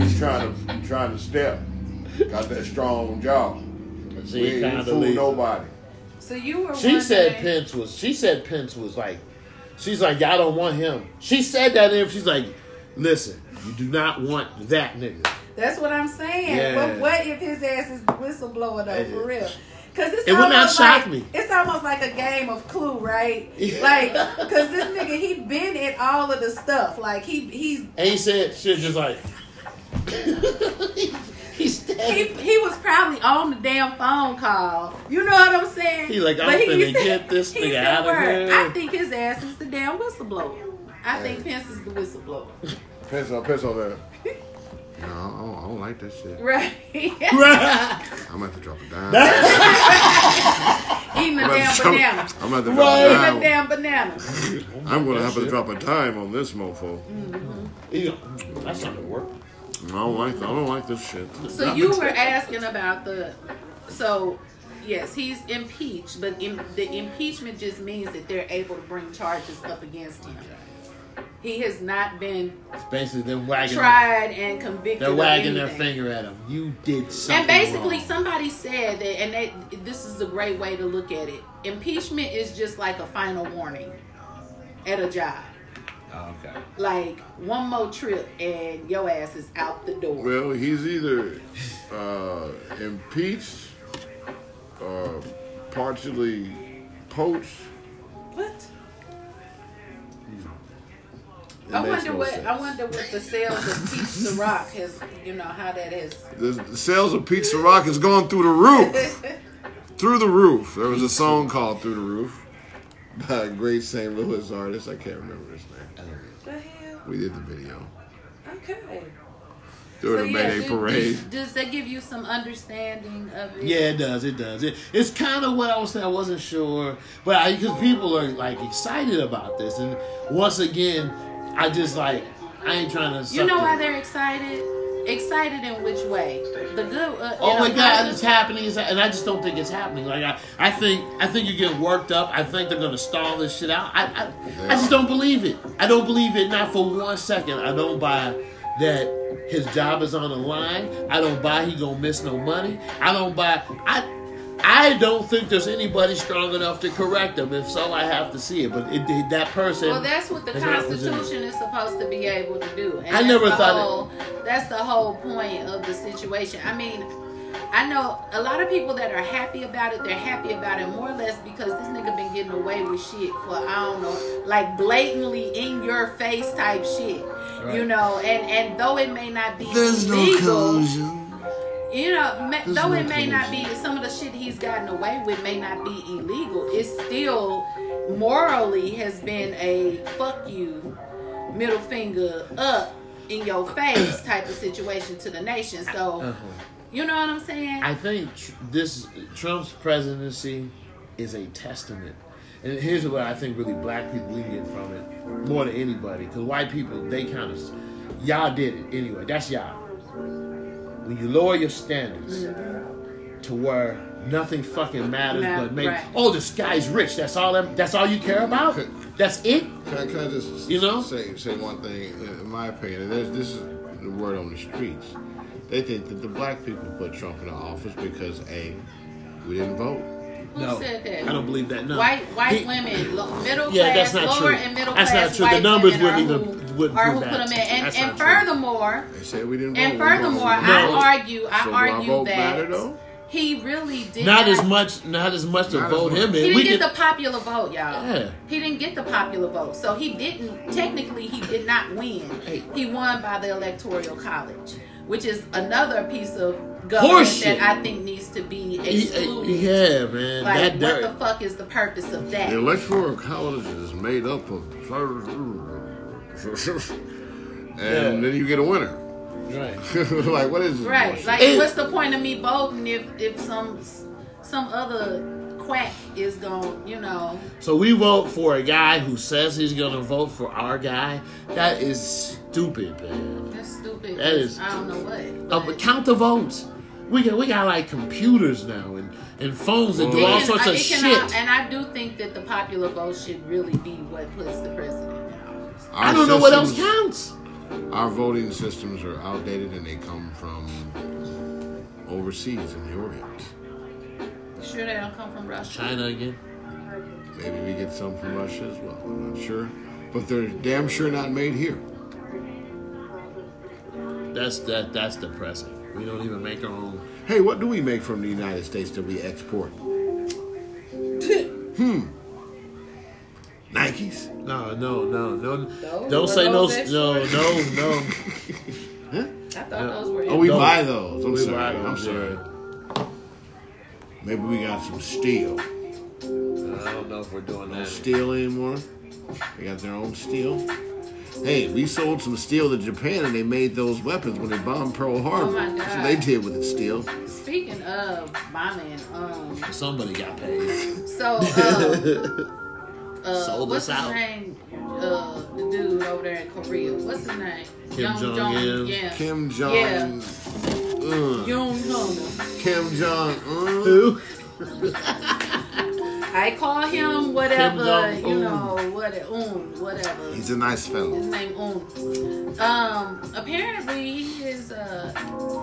[SPEAKER 3] He's trying to you trying to step. Got that strong jaw.
[SPEAKER 2] See, Condoleezza.
[SPEAKER 1] So you were.
[SPEAKER 2] She said
[SPEAKER 1] wondering-
[SPEAKER 2] Pence was. She said Pence was like. She's like, y'all don't want him. She said that. If she's like, listen, you do not want that nigga.
[SPEAKER 1] That's what I'm saying.
[SPEAKER 2] Yeah.
[SPEAKER 1] But what if his ass is the whistleblower though, for real? Cause it's
[SPEAKER 2] It would not
[SPEAKER 1] almost
[SPEAKER 2] shock
[SPEAKER 1] like-
[SPEAKER 2] me.
[SPEAKER 1] It's almost like a game of Clue, right?
[SPEAKER 2] Yeah.
[SPEAKER 1] Like, cause this nigga he been at all of the stuff. Like he he's
[SPEAKER 2] And he said shit just like he's
[SPEAKER 1] he,
[SPEAKER 2] dead.
[SPEAKER 1] he was probably on the damn phone call. You know what I'm saying?
[SPEAKER 2] He like, I'm finna get this
[SPEAKER 1] he
[SPEAKER 2] nigga
[SPEAKER 1] said,
[SPEAKER 2] outta
[SPEAKER 1] "Word,
[SPEAKER 2] here."
[SPEAKER 1] I think his ass is the damn whistleblower. I think Pence is the whistleblower.
[SPEAKER 3] Piss on, piss on that. No, I don't, I don't like that shit.
[SPEAKER 1] Right. Eating
[SPEAKER 2] Right.
[SPEAKER 3] I'm gonna have to drop a dime.
[SPEAKER 1] a
[SPEAKER 3] I'm gonna
[SPEAKER 1] damn
[SPEAKER 3] have to drop-
[SPEAKER 1] banana.
[SPEAKER 3] I'm gonna have to
[SPEAKER 2] Right.
[SPEAKER 3] drop
[SPEAKER 1] Eating
[SPEAKER 3] a
[SPEAKER 1] a
[SPEAKER 3] dime.
[SPEAKER 1] damn banana.
[SPEAKER 3] I'm gonna have to
[SPEAKER 2] Shit.
[SPEAKER 3] drop a dime on this mofo.
[SPEAKER 2] You know, "Mm, that's not gonna work.
[SPEAKER 3] I don't like. I don't like this shit.
[SPEAKER 1] So you were asking about the, so, yes, he's impeached, but im the impeachment just means that they're able to bring charges up against him. He has not been
[SPEAKER 2] It's basically them wagging.
[SPEAKER 1] tried and convicted.
[SPEAKER 2] They're
[SPEAKER 1] of
[SPEAKER 2] wagging their
[SPEAKER 1] anything.
[SPEAKER 2] finger at him. You did something.
[SPEAKER 1] And basically,
[SPEAKER 2] wrong.
[SPEAKER 1] somebody said that, and they, this is a great way to look at it. Impeachment is just like a final warning at a job.
[SPEAKER 2] Oh, okay.
[SPEAKER 1] Like one more trip and your ass is out the door.
[SPEAKER 3] Well, he's either uh, impeached, uh, partially poached,
[SPEAKER 1] What?
[SPEAKER 3] It
[SPEAKER 1] I
[SPEAKER 3] makes
[SPEAKER 1] wonder
[SPEAKER 3] no
[SPEAKER 1] what
[SPEAKER 3] sense.
[SPEAKER 1] I wonder what the sales of Teach the Rock has, you know, how that has.
[SPEAKER 3] The the sales of Pizza Rock has gone through the roof. through the roof. There was a song called Through the Roof by a great St. Louis artist. I can't remember his name.
[SPEAKER 1] The hell?
[SPEAKER 3] We did the video
[SPEAKER 1] Okay.
[SPEAKER 3] during the Mayday
[SPEAKER 1] do-
[SPEAKER 3] Parade.
[SPEAKER 1] do- does that give you some understanding of it?
[SPEAKER 2] Yeah, it does. It does. It, it's kind of what I was saying. I wasn't sure, but I because people are like excited about this, and once again, I just like I ain't trying to.
[SPEAKER 1] You know
[SPEAKER 2] suck
[SPEAKER 1] why
[SPEAKER 2] it.
[SPEAKER 1] they're excited? Excited in which way? The good. Uh,
[SPEAKER 2] Oh
[SPEAKER 1] in
[SPEAKER 2] my
[SPEAKER 1] a
[SPEAKER 2] God!
[SPEAKER 1] positive-
[SPEAKER 2] It's happening, it's, and I just don't think it's happening. Like I, I think, I think you get worked up. I think they're gonna stall this shit out. I, I, I just don't believe it. I don't believe it, not for one second. I don't buy that his job is on the line. I don't buy he gonna miss no money. I don't buy. I, I don't think there's anybody strong enough to correct him. If so, I have to see it. But it, it- that person.
[SPEAKER 1] Well, that's what the
[SPEAKER 2] is not legitimate.
[SPEAKER 1] Constitution is supposed to be able to do. And
[SPEAKER 2] I
[SPEAKER 1] that's
[SPEAKER 2] never
[SPEAKER 1] the
[SPEAKER 2] thought it-
[SPEAKER 1] whole, That's the whole point of the situation. I mean, I know a lot of people that are happy about it. They're happy about it more or less because this nigga been getting away with shit for I don't know, like blatantly in your face type shit. You
[SPEAKER 2] Right.
[SPEAKER 1] know, and and though it may not be legal, you know, ma- though it may not be some of the shit he's gotten away with may not be illegal, it still morally has been a fuck you, middle finger up in your face type of situation to the nation. So, you know what I'm saying?
[SPEAKER 2] Uh-huh. I think tr- this Trump's presidency is a testament. And here's what I think really black people we get from it more than anybody. Because white people, they kind of, y'all did it anyway. That's y'all. When you lower your standards to where nothing fucking matters,
[SPEAKER 1] Ma-
[SPEAKER 2] but maybe,
[SPEAKER 1] Mm-hmm. right.
[SPEAKER 2] oh, this guy's rich. That's all. That, that's all you care about. That's it.
[SPEAKER 3] Can I, can I just
[SPEAKER 2] You know?
[SPEAKER 3] say say one thing? In my opinion, and this, this is the word on the streets. They think that the black people put Trump in office because a we didn't vote.
[SPEAKER 1] Who said that?
[SPEAKER 2] I don't believe that. No.
[SPEAKER 1] White white
[SPEAKER 2] He-
[SPEAKER 1] women, lo- middle
[SPEAKER 2] Yeah,
[SPEAKER 1] class,
[SPEAKER 2] that's not
[SPEAKER 1] lower
[SPEAKER 2] true.
[SPEAKER 1] and middle
[SPEAKER 2] That's
[SPEAKER 1] class
[SPEAKER 2] not true.
[SPEAKER 1] white
[SPEAKER 2] The numbers
[SPEAKER 1] women
[SPEAKER 2] wouldn't
[SPEAKER 1] are
[SPEAKER 2] even-
[SPEAKER 1] who,
[SPEAKER 2] wouldn't
[SPEAKER 1] are
[SPEAKER 2] prove
[SPEAKER 1] who put
[SPEAKER 2] that.
[SPEAKER 1] them in. And,
[SPEAKER 2] That's
[SPEAKER 1] and
[SPEAKER 2] not true.
[SPEAKER 1] furthermore,
[SPEAKER 3] They said we didn't
[SPEAKER 1] and
[SPEAKER 3] vote. We
[SPEAKER 1] furthermore,
[SPEAKER 3] voted.
[SPEAKER 2] No.
[SPEAKER 1] I argue, I
[SPEAKER 3] So do our
[SPEAKER 1] argue
[SPEAKER 3] vote matter,
[SPEAKER 1] that
[SPEAKER 3] though?
[SPEAKER 1] he really did
[SPEAKER 2] Not as much. Not as much to
[SPEAKER 3] Not as
[SPEAKER 2] vote
[SPEAKER 3] much.
[SPEAKER 2] him in.
[SPEAKER 1] He didn't
[SPEAKER 2] We
[SPEAKER 1] get
[SPEAKER 2] could-
[SPEAKER 1] the popular vote, y'all.
[SPEAKER 2] Yeah.
[SPEAKER 1] He didn't get the popular vote. So he didn't, technically, he did not win. He won by the Electoral College, which is another piece of government
[SPEAKER 2] Horseshit.
[SPEAKER 1] that I think needs to be
[SPEAKER 2] he-
[SPEAKER 1] excluded.
[SPEAKER 2] yeah, man.
[SPEAKER 1] Like,
[SPEAKER 2] that,
[SPEAKER 1] what
[SPEAKER 2] that,
[SPEAKER 1] the fuck is the purpose of that?
[SPEAKER 3] The electoral college is made up of, and then you get a winner.
[SPEAKER 2] Right.
[SPEAKER 3] like what is this
[SPEAKER 1] Right.
[SPEAKER 3] bullshit?
[SPEAKER 1] Like,
[SPEAKER 2] It-
[SPEAKER 1] what's the point of me voting if, if some some other quack is going, you know?
[SPEAKER 2] So we vote for a guy who says he's gonna vote for our guy. That is stupid, man.
[SPEAKER 1] That's stupid.
[SPEAKER 2] That is-
[SPEAKER 1] I don't know what.
[SPEAKER 2] Uh, but count the votes. We got we got like computers now and, and phones that do
[SPEAKER 1] It
[SPEAKER 2] all
[SPEAKER 1] can-
[SPEAKER 2] sorts
[SPEAKER 1] uh,
[SPEAKER 2] of
[SPEAKER 1] it can
[SPEAKER 2] shit.
[SPEAKER 1] all- and I do think that the popular vote should really be what puts the president in office.
[SPEAKER 3] Our
[SPEAKER 2] I don't know what else
[SPEAKER 3] systems-
[SPEAKER 2] counts.
[SPEAKER 3] Our voting systems are outdated and they come from overseas in the Orient.
[SPEAKER 1] You Sure, they don't come from Russia.
[SPEAKER 2] China again.
[SPEAKER 3] Maybe we get some from Russia as well. I'm not sure. But they're damn sure not made here.
[SPEAKER 2] That's that that's depressing. We don't even make our own.
[SPEAKER 3] Hey, what do we make from the United States that we export? hmm.
[SPEAKER 2] Hmm.
[SPEAKER 3] Nikes?
[SPEAKER 2] No, no, no, no.
[SPEAKER 1] Those
[SPEAKER 2] Don't
[SPEAKER 1] were
[SPEAKER 2] say no.
[SPEAKER 1] those
[SPEAKER 2] s- No, no, no.
[SPEAKER 1] I thought those were.
[SPEAKER 3] Oh, we
[SPEAKER 2] No.
[SPEAKER 3] buy those. I'm
[SPEAKER 2] We
[SPEAKER 3] sorry.
[SPEAKER 2] buy
[SPEAKER 3] I'm
[SPEAKER 2] those,
[SPEAKER 3] sorry.
[SPEAKER 2] yeah.
[SPEAKER 3] Maybe we got some steel.
[SPEAKER 2] I don't know if we're doing
[SPEAKER 3] No steel anymore. They got their own steel. Hey, we sold some steel to Japan and they made those weapons when they bombed
[SPEAKER 2] Oh,
[SPEAKER 3] Pearl Harbor.
[SPEAKER 1] my
[SPEAKER 3] That's
[SPEAKER 1] God.
[SPEAKER 3] what they did with it, steel.
[SPEAKER 1] Speaking of bombing, um,
[SPEAKER 2] Somebody got paid.
[SPEAKER 1] so uh, uh,
[SPEAKER 2] Sold
[SPEAKER 1] what's
[SPEAKER 2] us
[SPEAKER 1] his
[SPEAKER 2] out.
[SPEAKER 1] name? Uh, the dude over there in Korea. What's his name?
[SPEAKER 2] Kim Jong-un.
[SPEAKER 1] Yeah.
[SPEAKER 3] Kim Jong.
[SPEAKER 1] Yeah.
[SPEAKER 3] Un.
[SPEAKER 1] Yoon Jong.
[SPEAKER 3] Kim Jong. Un.
[SPEAKER 2] Who?
[SPEAKER 1] I call him whatever.
[SPEAKER 2] Kim
[SPEAKER 1] You
[SPEAKER 2] Jong-un.
[SPEAKER 1] know what? Un. Whatever.
[SPEAKER 3] He's a nice
[SPEAKER 1] His
[SPEAKER 3] fellow.
[SPEAKER 1] name Un. Um, apparently he is uh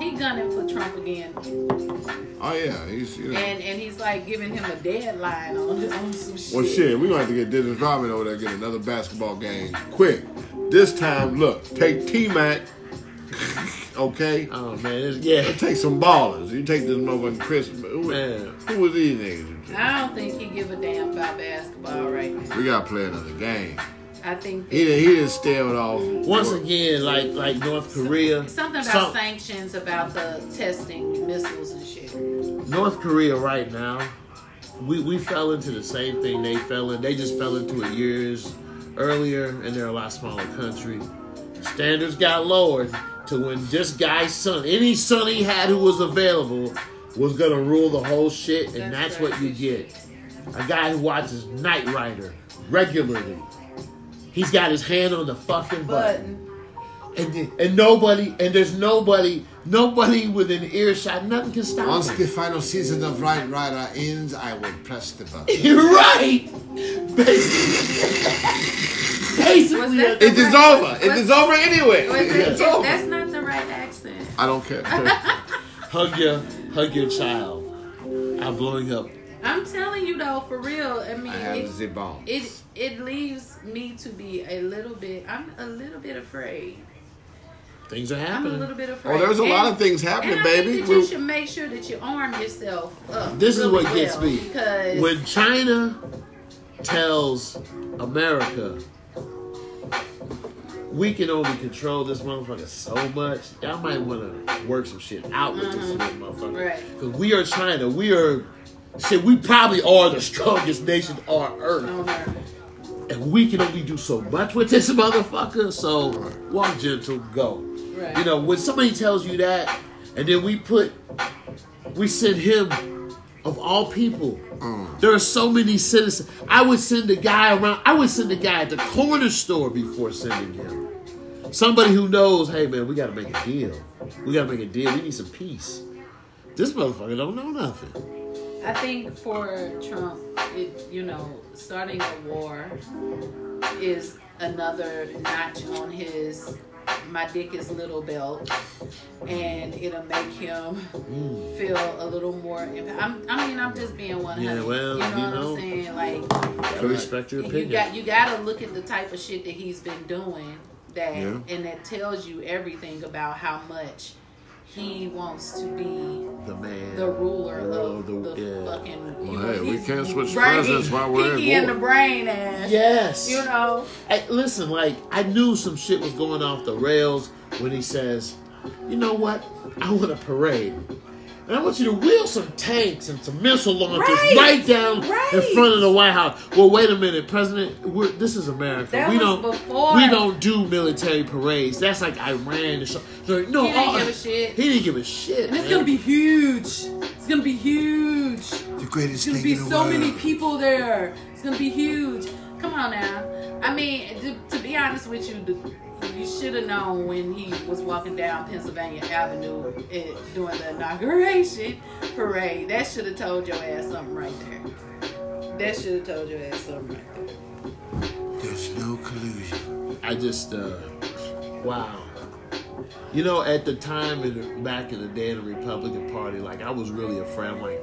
[SPEAKER 1] he gunning for Trump again,
[SPEAKER 3] Oh yeah, he's you know.
[SPEAKER 1] and and he's like giving him a deadline on, on some shit.
[SPEAKER 3] Well, Oh, shit, we gonna have to get Dennis Rodman over there and get another basketball game quick. This time, look, take T Mac. okay.
[SPEAKER 2] Oh man, it's, yeah.
[SPEAKER 3] Take some ballers. You take this motherfucking Chris. Who,
[SPEAKER 2] Man.
[SPEAKER 3] who was these niggas?
[SPEAKER 1] I don't think he give a damn about basketball right now.
[SPEAKER 3] We gotta play another game.
[SPEAKER 1] I think
[SPEAKER 3] He didn't, he didn't stand at all.
[SPEAKER 2] Once again, like like North Korea,
[SPEAKER 1] something about
[SPEAKER 2] some-
[SPEAKER 1] sanctions about the testing missiles and shit.
[SPEAKER 2] North Korea right now, we, we fell into the same thing they fell in. They just fell into it years earlier, and they're a lot smaller country. Standards got lowered to when this guy's son, any son he had who was available, was gonna rule the whole shit, and that's,
[SPEAKER 1] That's
[SPEAKER 2] what you
[SPEAKER 1] crazy.
[SPEAKER 2] get. A guy who watches Knight Rider regularly. He's got his hand on the fucking
[SPEAKER 1] But
[SPEAKER 2] button and, then- and nobody, and there's nobody, nobody within earshot. Nothing can stop
[SPEAKER 4] Once
[SPEAKER 2] him.
[SPEAKER 4] the final season of Right Rider ends, I will press the button.
[SPEAKER 2] You're right. Basically,
[SPEAKER 1] Was
[SPEAKER 2] basically
[SPEAKER 1] that
[SPEAKER 3] It is over. It is over anyway.
[SPEAKER 1] was it-
[SPEAKER 3] It's over.
[SPEAKER 4] oh.
[SPEAKER 1] that's not the right accent.
[SPEAKER 3] I don't care.
[SPEAKER 2] hug your hug your child. I'm blowing up.
[SPEAKER 1] I'm telling you though, for real. I mean,
[SPEAKER 4] I have
[SPEAKER 1] it,
[SPEAKER 4] the bomb.
[SPEAKER 1] it it leaves me to be a little bit. I'm a little bit afraid.
[SPEAKER 2] Things are
[SPEAKER 1] I'm a
[SPEAKER 2] happening.
[SPEAKER 1] little bit afraid.
[SPEAKER 3] Oh, there's a lot of
[SPEAKER 1] And-
[SPEAKER 3] things
[SPEAKER 1] And
[SPEAKER 3] happening,
[SPEAKER 1] I
[SPEAKER 3] baby.
[SPEAKER 1] think that you
[SPEAKER 3] We're-
[SPEAKER 1] should make sure that you arm yourself up.
[SPEAKER 2] This is
[SPEAKER 1] really
[SPEAKER 2] what gets
[SPEAKER 1] well,
[SPEAKER 2] me.
[SPEAKER 1] because
[SPEAKER 2] When China tells America, we can only control this motherfucker so much, y'all might want to work some shit out with this little motherfucker.
[SPEAKER 1] Mm-hmm. Right.
[SPEAKER 2] Because we are China. We are, shit, we probably are the strongest nation on earth.
[SPEAKER 1] on her.
[SPEAKER 2] and we can only do so much with this motherfucker. So walk gentle, go.
[SPEAKER 1] Right.
[SPEAKER 2] You know, when somebody tells you that, and then we put, we send him, of all people. There are so many citizens. I would send a guy around. I would send a guy at the corner store before sending him. Somebody who knows, hey man, we gotta make a deal. We gotta make a deal. We need some peace. This motherfucker don't know nothing.
[SPEAKER 1] I think for Trump, it, you know, starting a war is another notch on his my dick is little belt, and it'll make him
[SPEAKER 3] Mm.
[SPEAKER 1] feel a little more. Imp- I'm, I mean, I'm just being one hundred.
[SPEAKER 2] Yeah, well,
[SPEAKER 1] you know
[SPEAKER 2] you
[SPEAKER 1] what
[SPEAKER 2] know.
[SPEAKER 1] I'm saying? Like,
[SPEAKER 2] Gotta respect your
[SPEAKER 1] you
[SPEAKER 2] opinion.
[SPEAKER 1] got you got to look at the type of shit that he's been doing that
[SPEAKER 3] Yeah.
[SPEAKER 1] and that tells you everything about how much he wants to be
[SPEAKER 2] the man.
[SPEAKER 1] the ruler of
[SPEAKER 2] world,
[SPEAKER 1] the,
[SPEAKER 2] yeah.
[SPEAKER 1] fucking.
[SPEAKER 3] Well, hey, we
[SPEAKER 1] he's
[SPEAKER 3] can't switch
[SPEAKER 1] brain-
[SPEAKER 3] presidents while we're at
[SPEAKER 1] pinky in
[SPEAKER 3] war.
[SPEAKER 1] the brain ass.
[SPEAKER 2] Yes.
[SPEAKER 1] You know,
[SPEAKER 2] I, listen, like I knew some shit was going off the rails when he says, "You know what? I want a parade, and I want you to wheel some tanks and some missile launchers right,
[SPEAKER 1] Right.
[SPEAKER 2] down in
[SPEAKER 1] Right.
[SPEAKER 2] front of the White House." Well, wait a minute, President. We're, this is America.
[SPEAKER 1] That
[SPEAKER 2] we
[SPEAKER 1] was
[SPEAKER 2] don't.
[SPEAKER 1] before.
[SPEAKER 2] We don't do military parades. That's like Iran or something. Like, no,
[SPEAKER 1] He didn't
[SPEAKER 2] uh,
[SPEAKER 1] give a shit.
[SPEAKER 2] He didn't give a shit.
[SPEAKER 1] and it's
[SPEAKER 2] man.
[SPEAKER 1] gonna be huge. It's gonna be huge. It's
[SPEAKER 4] The greatest
[SPEAKER 1] gonna
[SPEAKER 4] thing
[SPEAKER 1] be
[SPEAKER 4] in the
[SPEAKER 1] so
[SPEAKER 4] world.
[SPEAKER 1] many people there. It's gonna be huge. Come on now. I mean, to, to be honest with you, the, you should have known when he was walking down Pennsylvania Avenue it, during the inauguration parade. That should have told your ass something right there. That should have told your ass something right there.
[SPEAKER 4] There's no collusion.
[SPEAKER 2] I just, uh, wow. You know, at the time in the, back in the day in the Republican Party, like I was really afraid. I'm like,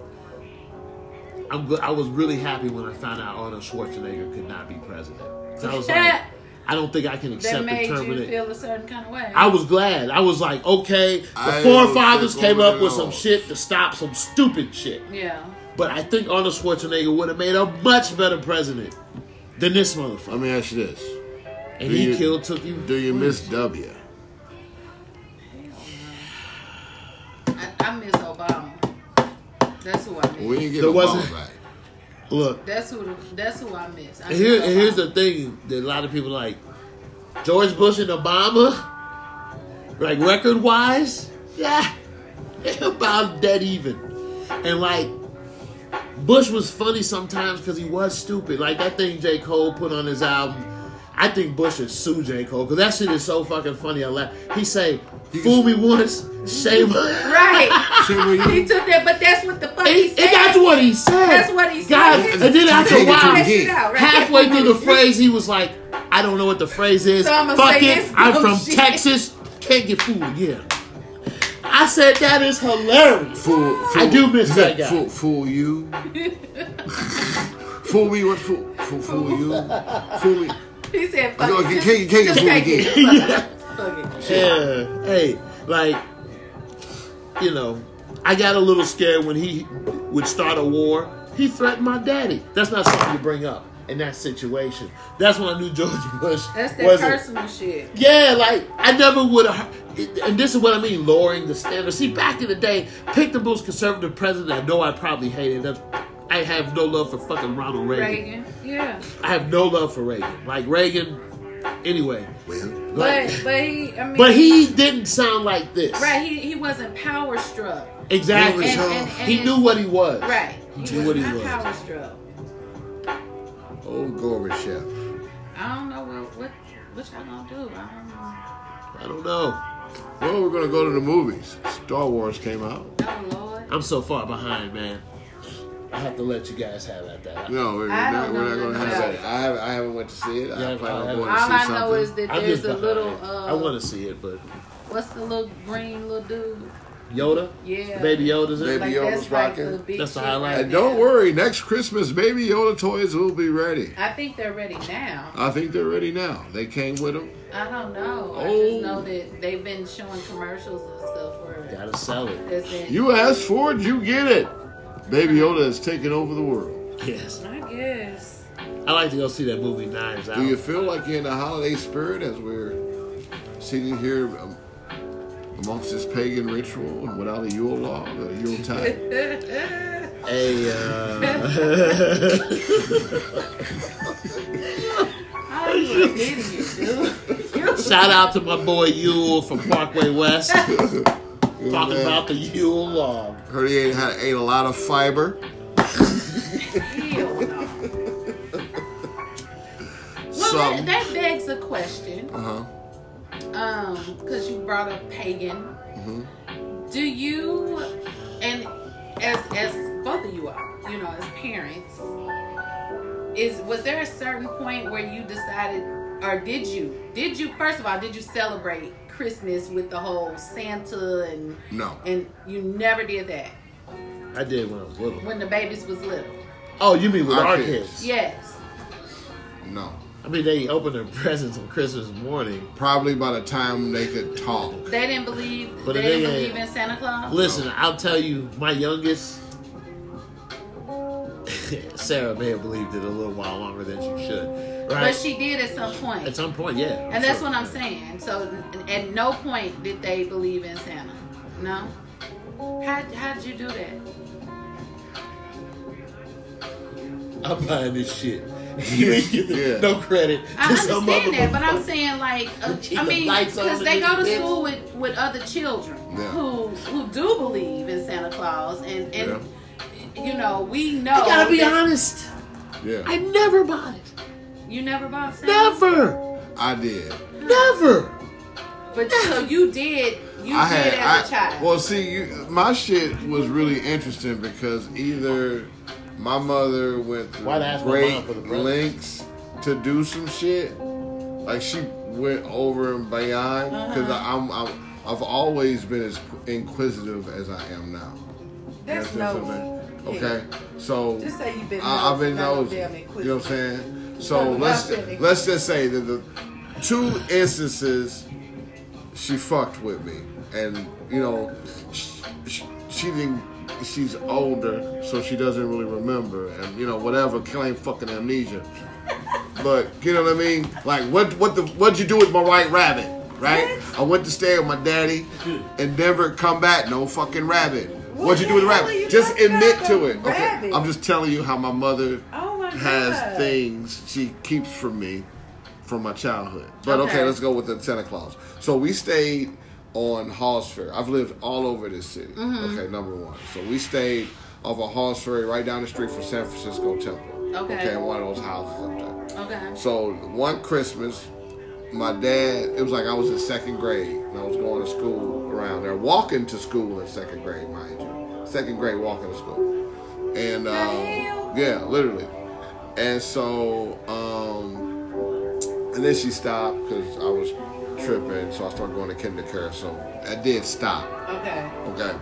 [SPEAKER 2] I'm gl- I was really happy when I found out Arnold Schwarzenegger could not be president. 'Cause I was like, I don't think I can
[SPEAKER 1] that
[SPEAKER 2] accept the
[SPEAKER 1] made
[SPEAKER 2] term of
[SPEAKER 1] you
[SPEAKER 2] it.
[SPEAKER 1] feel a certain kind of way.
[SPEAKER 2] I was glad. I was like, okay, the
[SPEAKER 3] I
[SPEAKER 2] forefathers
[SPEAKER 3] don't think
[SPEAKER 2] came up with
[SPEAKER 3] Arnold-
[SPEAKER 2] some shit to stop some stupid shit.
[SPEAKER 1] yeah.
[SPEAKER 2] But I think Arnold Schwarzenegger would have made a much better president than this motherfucker.
[SPEAKER 3] Let me ask you this:
[SPEAKER 2] And
[SPEAKER 3] do
[SPEAKER 2] he
[SPEAKER 3] you-
[SPEAKER 2] killed Tookie.
[SPEAKER 3] Do you miss W?
[SPEAKER 1] I, I miss Obama. That's who I miss.
[SPEAKER 3] We didn't get the
[SPEAKER 2] There
[SPEAKER 3] ball
[SPEAKER 2] wasn't-
[SPEAKER 3] right.
[SPEAKER 2] Look,
[SPEAKER 1] that's who. That's who I miss. I
[SPEAKER 2] And Here,
[SPEAKER 1] miss
[SPEAKER 2] and here's
[SPEAKER 1] Obama.
[SPEAKER 2] the thing that a lot of people like George Bush and Obama, like record wise, yeah, they're about dead even. And like, Bush was funny sometimes because he was stupid. Like that thing J. Cole put on his album. I think Bush should sue J. Cole because that shit is so fucking funny. I laugh. He say, "Fool me once, shame." on-"
[SPEAKER 1] right.
[SPEAKER 4] So were
[SPEAKER 1] he
[SPEAKER 4] you?
[SPEAKER 1] took that, but that's what the fuck he
[SPEAKER 2] And,
[SPEAKER 1] said.
[SPEAKER 2] and that's what he said.
[SPEAKER 1] That's what he
[SPEAKER 2] God,
[SPEAKER 1] said.
[SPEAKER 2] and then after a
[SPEAKER 4] Take it to
[SPEAKER 2] while,
[SPEAKER 4] the
[SPEAKER 1] Hash it out, right?
[SPEAKER 2] halfway through the phrase, he was like, I don't know what the phrase is.
[SPEAKER 1] So I'ma
[SPEAKER 2] Fuck
[SPEAKER 1] say
[SPEAKER 2] it.
[SPEAKER 1] this
[SPEAKER 2] I'm
[SPEAKER 1] dumb
[SPEAKER 2] from
[SPEAKER 1] shit."
[SPEAKER 2] Texas. Can't get fooled again. I said, that is hilarious.
[SPEAKER 3] Fool,
[SPEAKER 2] I
[SPEAKER 3] fool-
[SPEAKER 2] do miss that guy.
[SPEAKER 3] Fool, fool you. fool me. What fool? Fool, fool you. Fool me.
[SPEAKER 1] He said, "Fuck
[SPEAKER 3] No,
[SPEAKER 1] it,
[SPEAKER 3] you
[SPEAKER 1] just-
[SPEAKER 3] can't- you can't
[SPEAKER 1] just
[SPEAKER 3] do it
[SPEAKER 1] take
[SPEAKER 2] again.
[SPEAKER 1] it. Fuck it."
[SPEAKER 2] Yeah. Hey, like, you know, I got a little scared when he would start a war. He threatened my daddy. That's not something you bring up. in that situation. That's when I knew George Bush
[SPEAKER 1] That's that
[SPEAKER 2] wasn't.
[SPEAKER 1] personal shit.
[SPEAKER 2] Yeah, like I never would have. And this is what I mean, lowering the standard. See, back in the day, pick the most conservative president. I know I probably hated. That's, I have no love for fucking Ronald Reagan.
[SPEAKER 1] Reagan. Yeah.
[SPEAKER 2] I have no love for Reagan. Like Reagan, anyway.
[SPEAKER 4] Well,
[SPEAKER 2] Like,
[SPEAKER 1] But but he I mean
[SPEAKER 2] but he didn't sound like this.
[SPEAKER 1] Right, he, he wasn't power struck.
[SPEAKER 2] Exactly.
[SPEAKER 1] And,
[SPEAKER 2] He,
[SPEAKER 4] He was-
[SPEAKER 1] and, and
[SPEAKER 2] knew what he was.
[SPEAKER 1] Right.
[SPEAKER 2] He
[SPEAKER 1] He
[SPEAKER 2] knew what
[SPEAKER 1] was
[SPEAKER 2] he
[SPEAKER 1] not
[SPEAKER 2] was.
[SPEAKER 1] power struck.
[SPEAKER 4] oh Gorbachev.
[SPEAKER 1] I don't know what what what y'all gonna do. I don't know.
[SPEAKER 2] I don't know.
[SPEAKER 3] Well, we're gonna go to the movies. Star Wars came out.
[SPEAKER 1] Oh Lord.
[SPEAKER 2] I'm so far behind, man. I have to let you guys have at that.
[SPEAKER 3] No, we're
[SPEAKER 1] I
[SPEAKER 3] not,
[SPEAKER 1] don't
[SPEAKER 3] we're not
[SPEAKER 1] know
[SPEAKER 3] gonna
[SPEAKER 1] nothing
[SPEAKER 3] have
[SPEAKER 1] about
[SPEAKER 3] that.
[SPEAKER 4] I haven't, I haven't went to see it. I
[SPEAKER 2] Yeah,
[SPEAKER 3] plan
[SPEAKER 2] I
[SPEAKER 3] on
[SPEAKER 2] haven't.
[SPEAKER 3] going
[SPEAKER 1] All
[SPEAKER 3] to see
[SPEAKER 1] I
[SPEAKER 3] something.
[SPEAKER 1] know is that
[SPEAKER 2] I'm
[SPEAKER 1] there's
[SPEAKER 2] just
[SPEAKER 1] a
[SPEAKER 2] behind.
[SPEAKER 1] little
[SPEAKER 2] I want
[SPEAKER 1] uh
[SPEAKER 2] to see it, but
[SPEAKER 1] what's the little green little dude?
[SPEAKER 2] Yoda,
[SPEAKER 1] Yeah.
[SPEAKER 2] Baby Yoda's in. it?
[SPEAKER 3] Baby
[SPEAKER 1] Like,
[SPEAKER 3] Yoda's
[SPEAKER 1] that's like
[SPEAKER 3] rocking.
[SPEAKER 1] the big
[SPEAKER 2] That's the
[SPEAKER 1] shit
[SPEAKER 2] highlight.
[SPEAKER 1] right
[SPEAKER 3] And don't
[SPEAKER 1] now.
[SPEAKER 3] worry, next Christmas, Baby Yoda toys will be ready.
[SPEAKER 1] I think they're ready now.
[SPEAKER 3] I think they're ready now. They came with them.
[SPEAKER 1] I don't know. I
[SPEAKER 3] Oh.
[SPEAKER 1] just know that they've been showing commercials and stuff for it.
[SPEAKER 2] Gotta sell it.
[SPEAKER 1] That's been-
[SPEAKER 3] You asked for it, you get it. Baby Yoda has taken over the world.
[SPEAKER 2] Yes.
[SPEAKER 1] I guess.
[SPEAKER 2] I like to go see that movie Knives Out.
[SPEAKER 3] Do you feel like you're in the holiday spirit as we're sitting here um, amongst this pagan ritual and without a Yule log or a Yule tide?
[SPEAKER 2] Hey, uh,
[SPEAKER 1] Oh, you an idiot, dude.
[SPEAKER 2] shout out to my boy Yule from Parkway West. Talking about the Yule log.
[SPEAKER 3] Heard he ate, had, ate a lot of fiber.
[SPEAKER 1] Hell no. Well, that,
[SPEAKER 3] Some.
[SPEAKER 1] that begs a question,
[SPEAKER 3] Uh huh.
[SPEAKER 1] um, because you brought up pagan.
[SPEAKER 2] Mm-hmm.
[SPEAKER 1] Do you, and as as both of you are, you know, as parents, is was there a certain point where you decided, or did you, did you first of all, did you celebrate Christmas with the whole Santa and
[SPEAKER 3] No.
[SPEAKER 1] and you never did that
[SPEAKER 2] I did when I was little.
[SPEAKER 1] when the babies was little?
[SPEAKER 2] Oh, you mean with
[SPEAKER 3] Our
[SPEAKER 2] our,
[SPEAKER 3] kids.
[SPEAKER 2] kids.
[SPEAKER 1] Yes.
[SPEAKER 3] No.
[SPEAKER 2] I mean, they open their presents on Christmas morning.
[SPEAKER 3] Probably by the time they could talk.
[SPEAKER 1] They didn't believe.
[SPEAKER 2] But
[SPEAKER 1] they
[SPEAKER 2] they
[SPEAKER 1] didn't
[SPEAKER 2] ain't-
[SPEAKER 1] believe in Santa Claus.
[SPEAKER 2] Listen, I'll tell you, my youngest, Sarah may have believed it a little while longer than she should.
[SPEAKER 1] But
[SPEAKER 2] Right?
[SPEAKER 1] she did at some point.
[SPEAKER 2] At some point, yeah.
[SPEAKER 1] and that's what I'm saying. So n- at no point did they believe in Santa. No. How how'd you do that?
[SPEAKER 2] I'm buying this shit. You ain't giving
[SPEAKER 3] Yeah.
[SPEAKER 2] no credit.
[SPEAKER 1] I
[SPEAKER 2] to some
[SPEAKER 1] understand
[SPEAKER 2] other
[SPEAKER 1] that, but I'm
[SPEAKER 2] motherfucker.
[SPEAKER 1] saying like, uh,
[SPEAKER 2] Keep
[SPEAKER 1] I
[SPEAKER 2] the
[SPEAKER 1] mean,
[SPEAKER 2] lights on
[SPEAKER 1] because
[SPEAKER 2] in
[SPEAKER 1] they
[SPEAKER 2] this
[SPEAKER 1] go to
[SPEAKER 2] bitch.
[SPEAKER 1] school with with other children
[SPEAKER 3] Yeah.
[SPEAKER 1] who who do believe in Santa Claus, and and you know we know.
[SPEAKER 2] I gotta be
[SPEAKER 1] that
[SPEAKER 2] honest.
[SPEAKER 3] Yeah.
[SPEAKER 2] I never bought it.
[SPEAKER 1] You never bought Santa.
[SPEAKER 2] Never.
[SPEAKER 3] I did.
[SPEAKER 2] Never.
[SPEAKER 1] But so you did. You
[SPEAKER 3] I
[SPEAKER 1] did as
[SPEAKER 3] had.
[SPEAKER 1] a
[SPEAKER 3] I-
[SPEAKER 1] child.
[SPEAKER 3] Well, see, you, my shit was really interesting because either my mother went
[SPEAKER 2] Why'd
[SPEAKER 3] through
[SPEAKER 2] I ask my mom
[SPEAKER 3] great
[SPEAKER 2] for the present?
[SPEAKER 3] lengths to do some shit, like she went over and beyond because
[SPEAKER 1] Uh-huh.
[SPEAKER 3] I'm, I'm I've always been as inquisitive as I am now.
[SPEAKER 5] That's
[SPEAKER 3] You know what I'm
[SPEAKER 5] nosy.
[SPEAKER 3] saying? Okay, so
[SPEAKER 5] Just say you've been
[SPEAKER 3] I, I've been
[SPEAKER 5] nosy,
[SPEAKER 3] nosy.
[SPEAKER 5] not no damn
[SPEAKER 3] You know what I'm saying? So
[SPEAKER 5] No,
[SPEAKER 3] let's
[SPEAKER 5] not really.
[SPEAKER 3] let's just say that the two instances she fucked with me, and you know she, she, she didn't. She's older, so she doesn't really remember, and you know whatever claim fucking amnesia. But you know what I mean? Like what what the what'd you do with my white rabbit? Right? I went to stay with my daddy and never come back, no fucking rabbit.
[SPEAKER 5] What
[SPEAKER 3] What'd you do with the
[SPEAKER 5] the hell are
[SPEAKER 3] rabbit?
[SPEAKER 5] you
[SPEAKER 3] Just
[SPEAKER 5] talking
[SPEAKER 3] admit
[SPEAKER 5] about,
[SPEAKER 3] to
[SPEAKER 5] the
[SPEAKER 3] it. Okay.
[SPEAKER 5] rabbit?
[SPEAKER 3] I'm just telling you how my mother
[SPEAKER 5] Oh my
[SPEAKER 3] has
[SPEAKER 5] God.
[SPEAKER 3] things she keeps from me from my childhood. But okay,
[SPEAKER 1] Okay.
[SPEAKER 3] let's go with the Santa Claus. So we stayed on Halls Ferry. I've lived all over this city.
[SPEAKER 5] Mm-hmm.
[SPEAKER 3] Okay, number one. So we stayed off of Halls Ferry right down the street from San Francisco Temple.
[SPEAKER 1] Okay.
[SPEAKER 3] Okay, one of those houses up there.
[SPEAKER 1] okay.
[SPEAKER 3] So one Christmas, my dad, it was like I was in second grade and I was going to school around there, walking to school in second grade, mind you. Second grade walking to school. And um, yeah, literally. And so, um, and then she stopped because I was tripping, so I started going to kindergarten. So I did stop.
[SPEAKER 1] Okay.
[SPEAKER 3] Okay.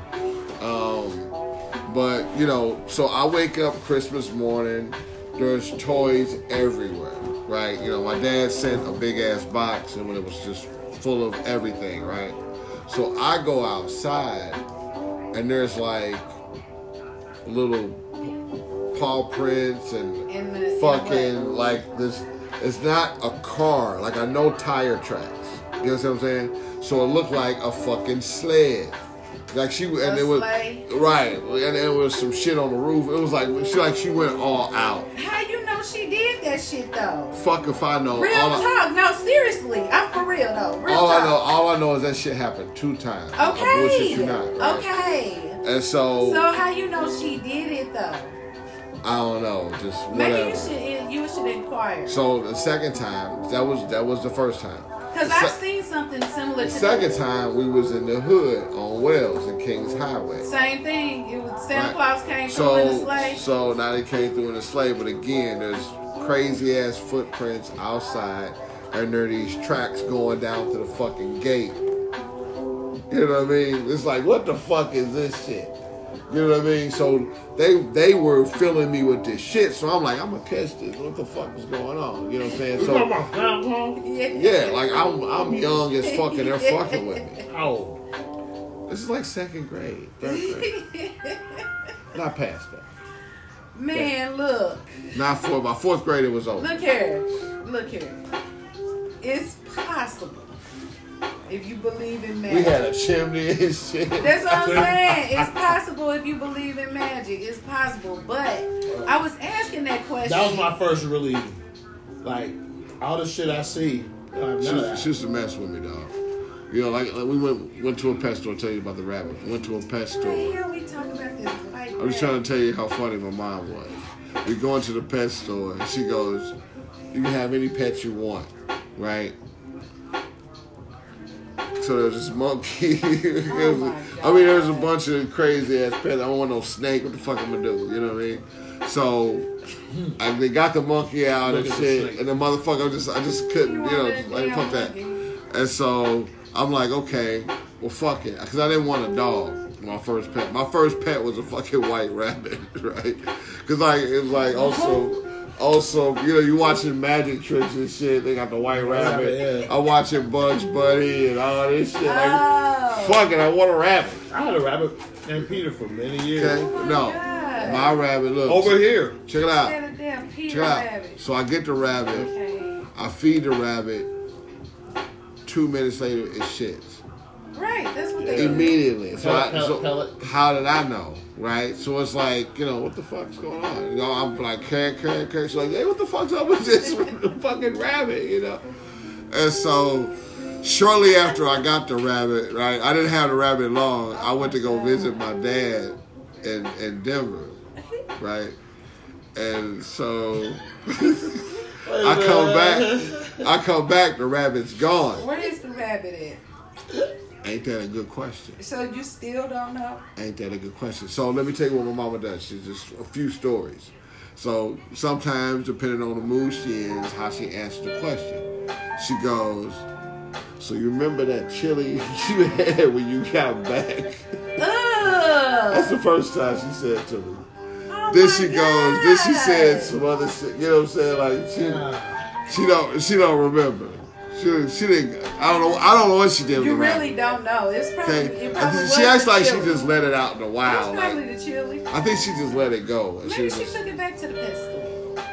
[SPEAKER 3] Um, but you know, so I wake up Christmas morning. There's toys everywhere, right? You know, my dad sent a big ass box, and when it was just full of everything, right? So I go outside, and there's like little Paul Prince and
[SPEAKER 1] In Minnesota.
[SPEAKER 3] fucking like this. It's not a car. Like I know tire tracks. You know what I'm saying? So it looked like a fucking sled. Like she and
[SPEAKER 1] A
[SPEAKER 3] it was
[SPEAKER 1] sleigh?
[SPEAKER 3] right, and there was some shit on the roof. It was like she like she went all out.
[SPEAKER 1] How you know she did that shit though?
[SPEAKER 3] Fuck if I know.
[SPEAKER 1] Real
[SPEAKER 3] all I,
[SPEAKER 1] talk. No, seriously. I'm for real though. Real
[SPEAKER 3] all I know,
[SPEAKER 1] talk.
[SPEAKER 3] all I know is that shit happened two times. I bullshit
[SPEAKER 1] Okay.
[SPEAKER 3] you not, right?
[SPEAKER 1] Okay.
[SPEAKER 3] And so,
[SPEAKER 1] So how you know she did it though?
[SPEAKER 3] I don't know, just
[SPEAKER 1] Maybe
[SPEAKER 3] whatever.
[SPEAKER 1] you should you should inquire.
[SPEAKER 3] So the second time, that was that was the first time.
[SPEAKER 1] Cause
[SPEAKER 3] The
[SPEAKER 1] I've
[SPEAKER 3] se-
[SPEAKER 1] seen something similar to
[SPEAKER 3] the second
[SPEAKER 1] that.
[SPEAKER 3] time we was in the hood on Wells and Kings Highway.
[SPEAKER 1] Same thing. It was Santa
[SPEAKER 3] Right.
[SPEAKER 1] Claus came through in the
[SPEAKER 3] So
[SPEAKER 1] sleigh.
[SPEAKER 3] so now they came through in a sleigh, but again, there's crazy ass footprints outside, and there are these tracks going down to the fucking gate. You know what I mean? It's like, what the fuck is this shit? You know what I mean? So they they were filling me with this shit, so I'm like, I'm gonna catch this. What the fuck is going on? You know what I'm saying?
[SPEAKER 2] So,
[SPEAKER 3] So yeah, like I'm I'm young as fuck, and they're fucking with me.
[SPEAKER 2] oh,
[SPEAKER 3] This is like second grade, third grade, not past that.
[SPEAKER 1] Man, look.
[SPEAKER 3] Not four. By fourth grade, it was over.
[SPEAKER 1] Look here. Look here. It's possible. If you believe in
[SPEAKER 3] We
[SPEAKER 1] magic.
[SPEAKER 3] had a chimney and shit.
[SPEAKER 1] That's what I'm saying. It's possible if you believe in magic. It's possible. But I was asking that question.
[SPEAKER 2] that was my first really, like, all the shit I see.
[SPEAKER 3] She
[SPEAKER 2] Like, none of that.
[SPEAKER 3] was, she was a mess with me, dog. You know, like, like we went went to a pet store. I'll tell you about the rabbit. Went to a pet
[SPEAKER 1] Why the
[SPEAKER 3] store.
[SPEAKER 1] hell we talking about this? Like
[SPEAKER 3] I'm just trying to tell you how funny my mom was. We going to the pet store, and she goes, "You can have any pet you want, right?" So there's this monkey. It
[SPEAKER 1] Oh
[SPEAKER 3] was-
[SPEAKER 1] my
[SPEAKER 3] I mean, there's a
[SPEAKER 1] God.
[SPEAKER 3] bunch of crazy ass pets. I don't want no snake. What the fuck I'm gonna do? You know what I mean? So I, they got the monkey out
[SPEAKER 2] Look
[SPEAKER 3] and
[SPEAKER 2] at the
[SPEAKER 3] shit,
[SPEAKER 2] snake.
[SPEAKER 3] and the motherfucker just I just couldn't, you know,
[SPEAKER 1] wanted a
[SPEAKER 3] like
[SPEAKER 1] damn
[SPEAKER 3] fuck that.
[SPEAKER 1] monkey.
[SPEAKER 3] And so I'm like, okay, well, fuck it, because I didn't want a dog. My first pet, my first pet was a fucking white rabbit, right? Because like it was like also. Also, you know, you watching magic tricks and shit. They got the white rabbit.
[SPEAKER 2] Rabbit, yeah.
[SPEAKER 3] I'm watching Bugs Bunny and all this shit. Like,
[SPEAKER 1] Oh.
[SPEAKER 3] fuck it, I want a rabbit.
[SPEAKER 2] I had a rabbit and Peter for many years.
[SPEAKER 3] Okay, no,
[SPEAKER 1] Oh God.
[SPEAKER 3] my rabbit. Look,
[SPEAKER 2] Over here.
[SPEAKER 3] Check it out.
[SPEAKER 1] Instead of damn Peter
[SPEAKER 3] Check it out.
[SPEAKER 1] Rabbit.
[SPEAKER 3] So I get the rabbit.
[SPEAKER 1] Okay.
[SPEAKER 3] I feed the rabbit. Two minutes later, it shits
[SPEAKER 1] Right, that's what they do.
[SPEAKER 3] immediately. So,
[SPEAKER 2] Pellet,
[SPEAKER 3] I,
[SPEAKER 2] pellet,
[SPEAKER 3] so
[SPEAKER 2] pellet.
[SPEAKER 3] how did I know? Right? So it's like, you know, what the fuck's going on? You know, I'm like, crack, crack, crack. She's like, hey, what the fuck's up with this fucking rabbit? You know? And so shortly after I got the rabbit, right? I didn't have the rabbit long. I went to go visit my dad in, in Denver, right? And so I come back. I come back, the rabbit's gone.
[SPEAKER 1] Where is the rabbit
[SPEAKER 3] Ain't that a good question?
[SPEAKER 1] at? So you still don't know?
[SPEAKER 3] Ain't that a good question? So let me tell you what my mama does. She's just a few stories. So sometimes, depending on the mood she in, is how she answers the question. She goes, "So you remember that chili you had when you got back?" That's
[SPEAKER 1] Ugh.
[SPEAKER 3] the first time she said to me.
[SPEAKER 1] Oh
[SPEAKER 3] Then
[SPEAKER 1] my
[SPEAKER 3] she goes. Then she
[SPEAKER 1] God.
[SPEAKER 3] said some other shit. You know what I'm saying? Like she, she don't, she don't remember. She, she didn't. I don't know. I don't know what she did.
[SPEAKER 1] You
[SPEAKER 3] with the rabbit,
[SPEAKER 1] really don't know. It's probably,
[SPEAKER 3] Okay.
[SPEAKER 1] it probably
[SPEAKER 3] She
[SPEAKER 1] was
[SPEAKER 3] acts
[SPEAKER 1] the
[SPEAKER 3] like she
[SPEAKER 1] chili.
[SPEAKER 3] just let it out in the
[SPEAKER 1] It's
[SPEAKER 3] wild. like-
[SPEAKER 1] probably the chili.
[SPEAKER 3] I think she just let it go. And she
[SPEAKER 1] Maybe
[SPEAKER 3] was
[SPEAKER 1] she
[SPEAKER 3] just,
[SPEAKER 1] took it back to the pet store.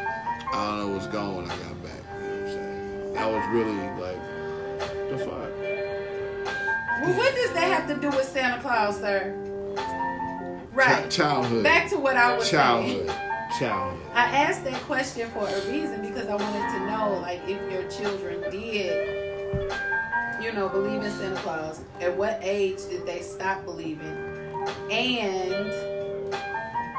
[SPEAKER 3] I don't know what's going when I got back. You know what I'm saying? I was really like, the fuck?
[SPEAKER 1] Well, what does that have to do with Santa Claus, sir?
[SPEAKER 3] Chi-
[SPEAKER 1] Right.
[SPEAKER 3] childhood.
[SPEAKER 1] Back to what I was saying.
[SPEAKER 3] childhood. Childhood.
[SPEAKER 1] I asked that question for a reason because I wanted to know, like, if your children did, you know, believe in Santa Claus, at what age did they stop believing? And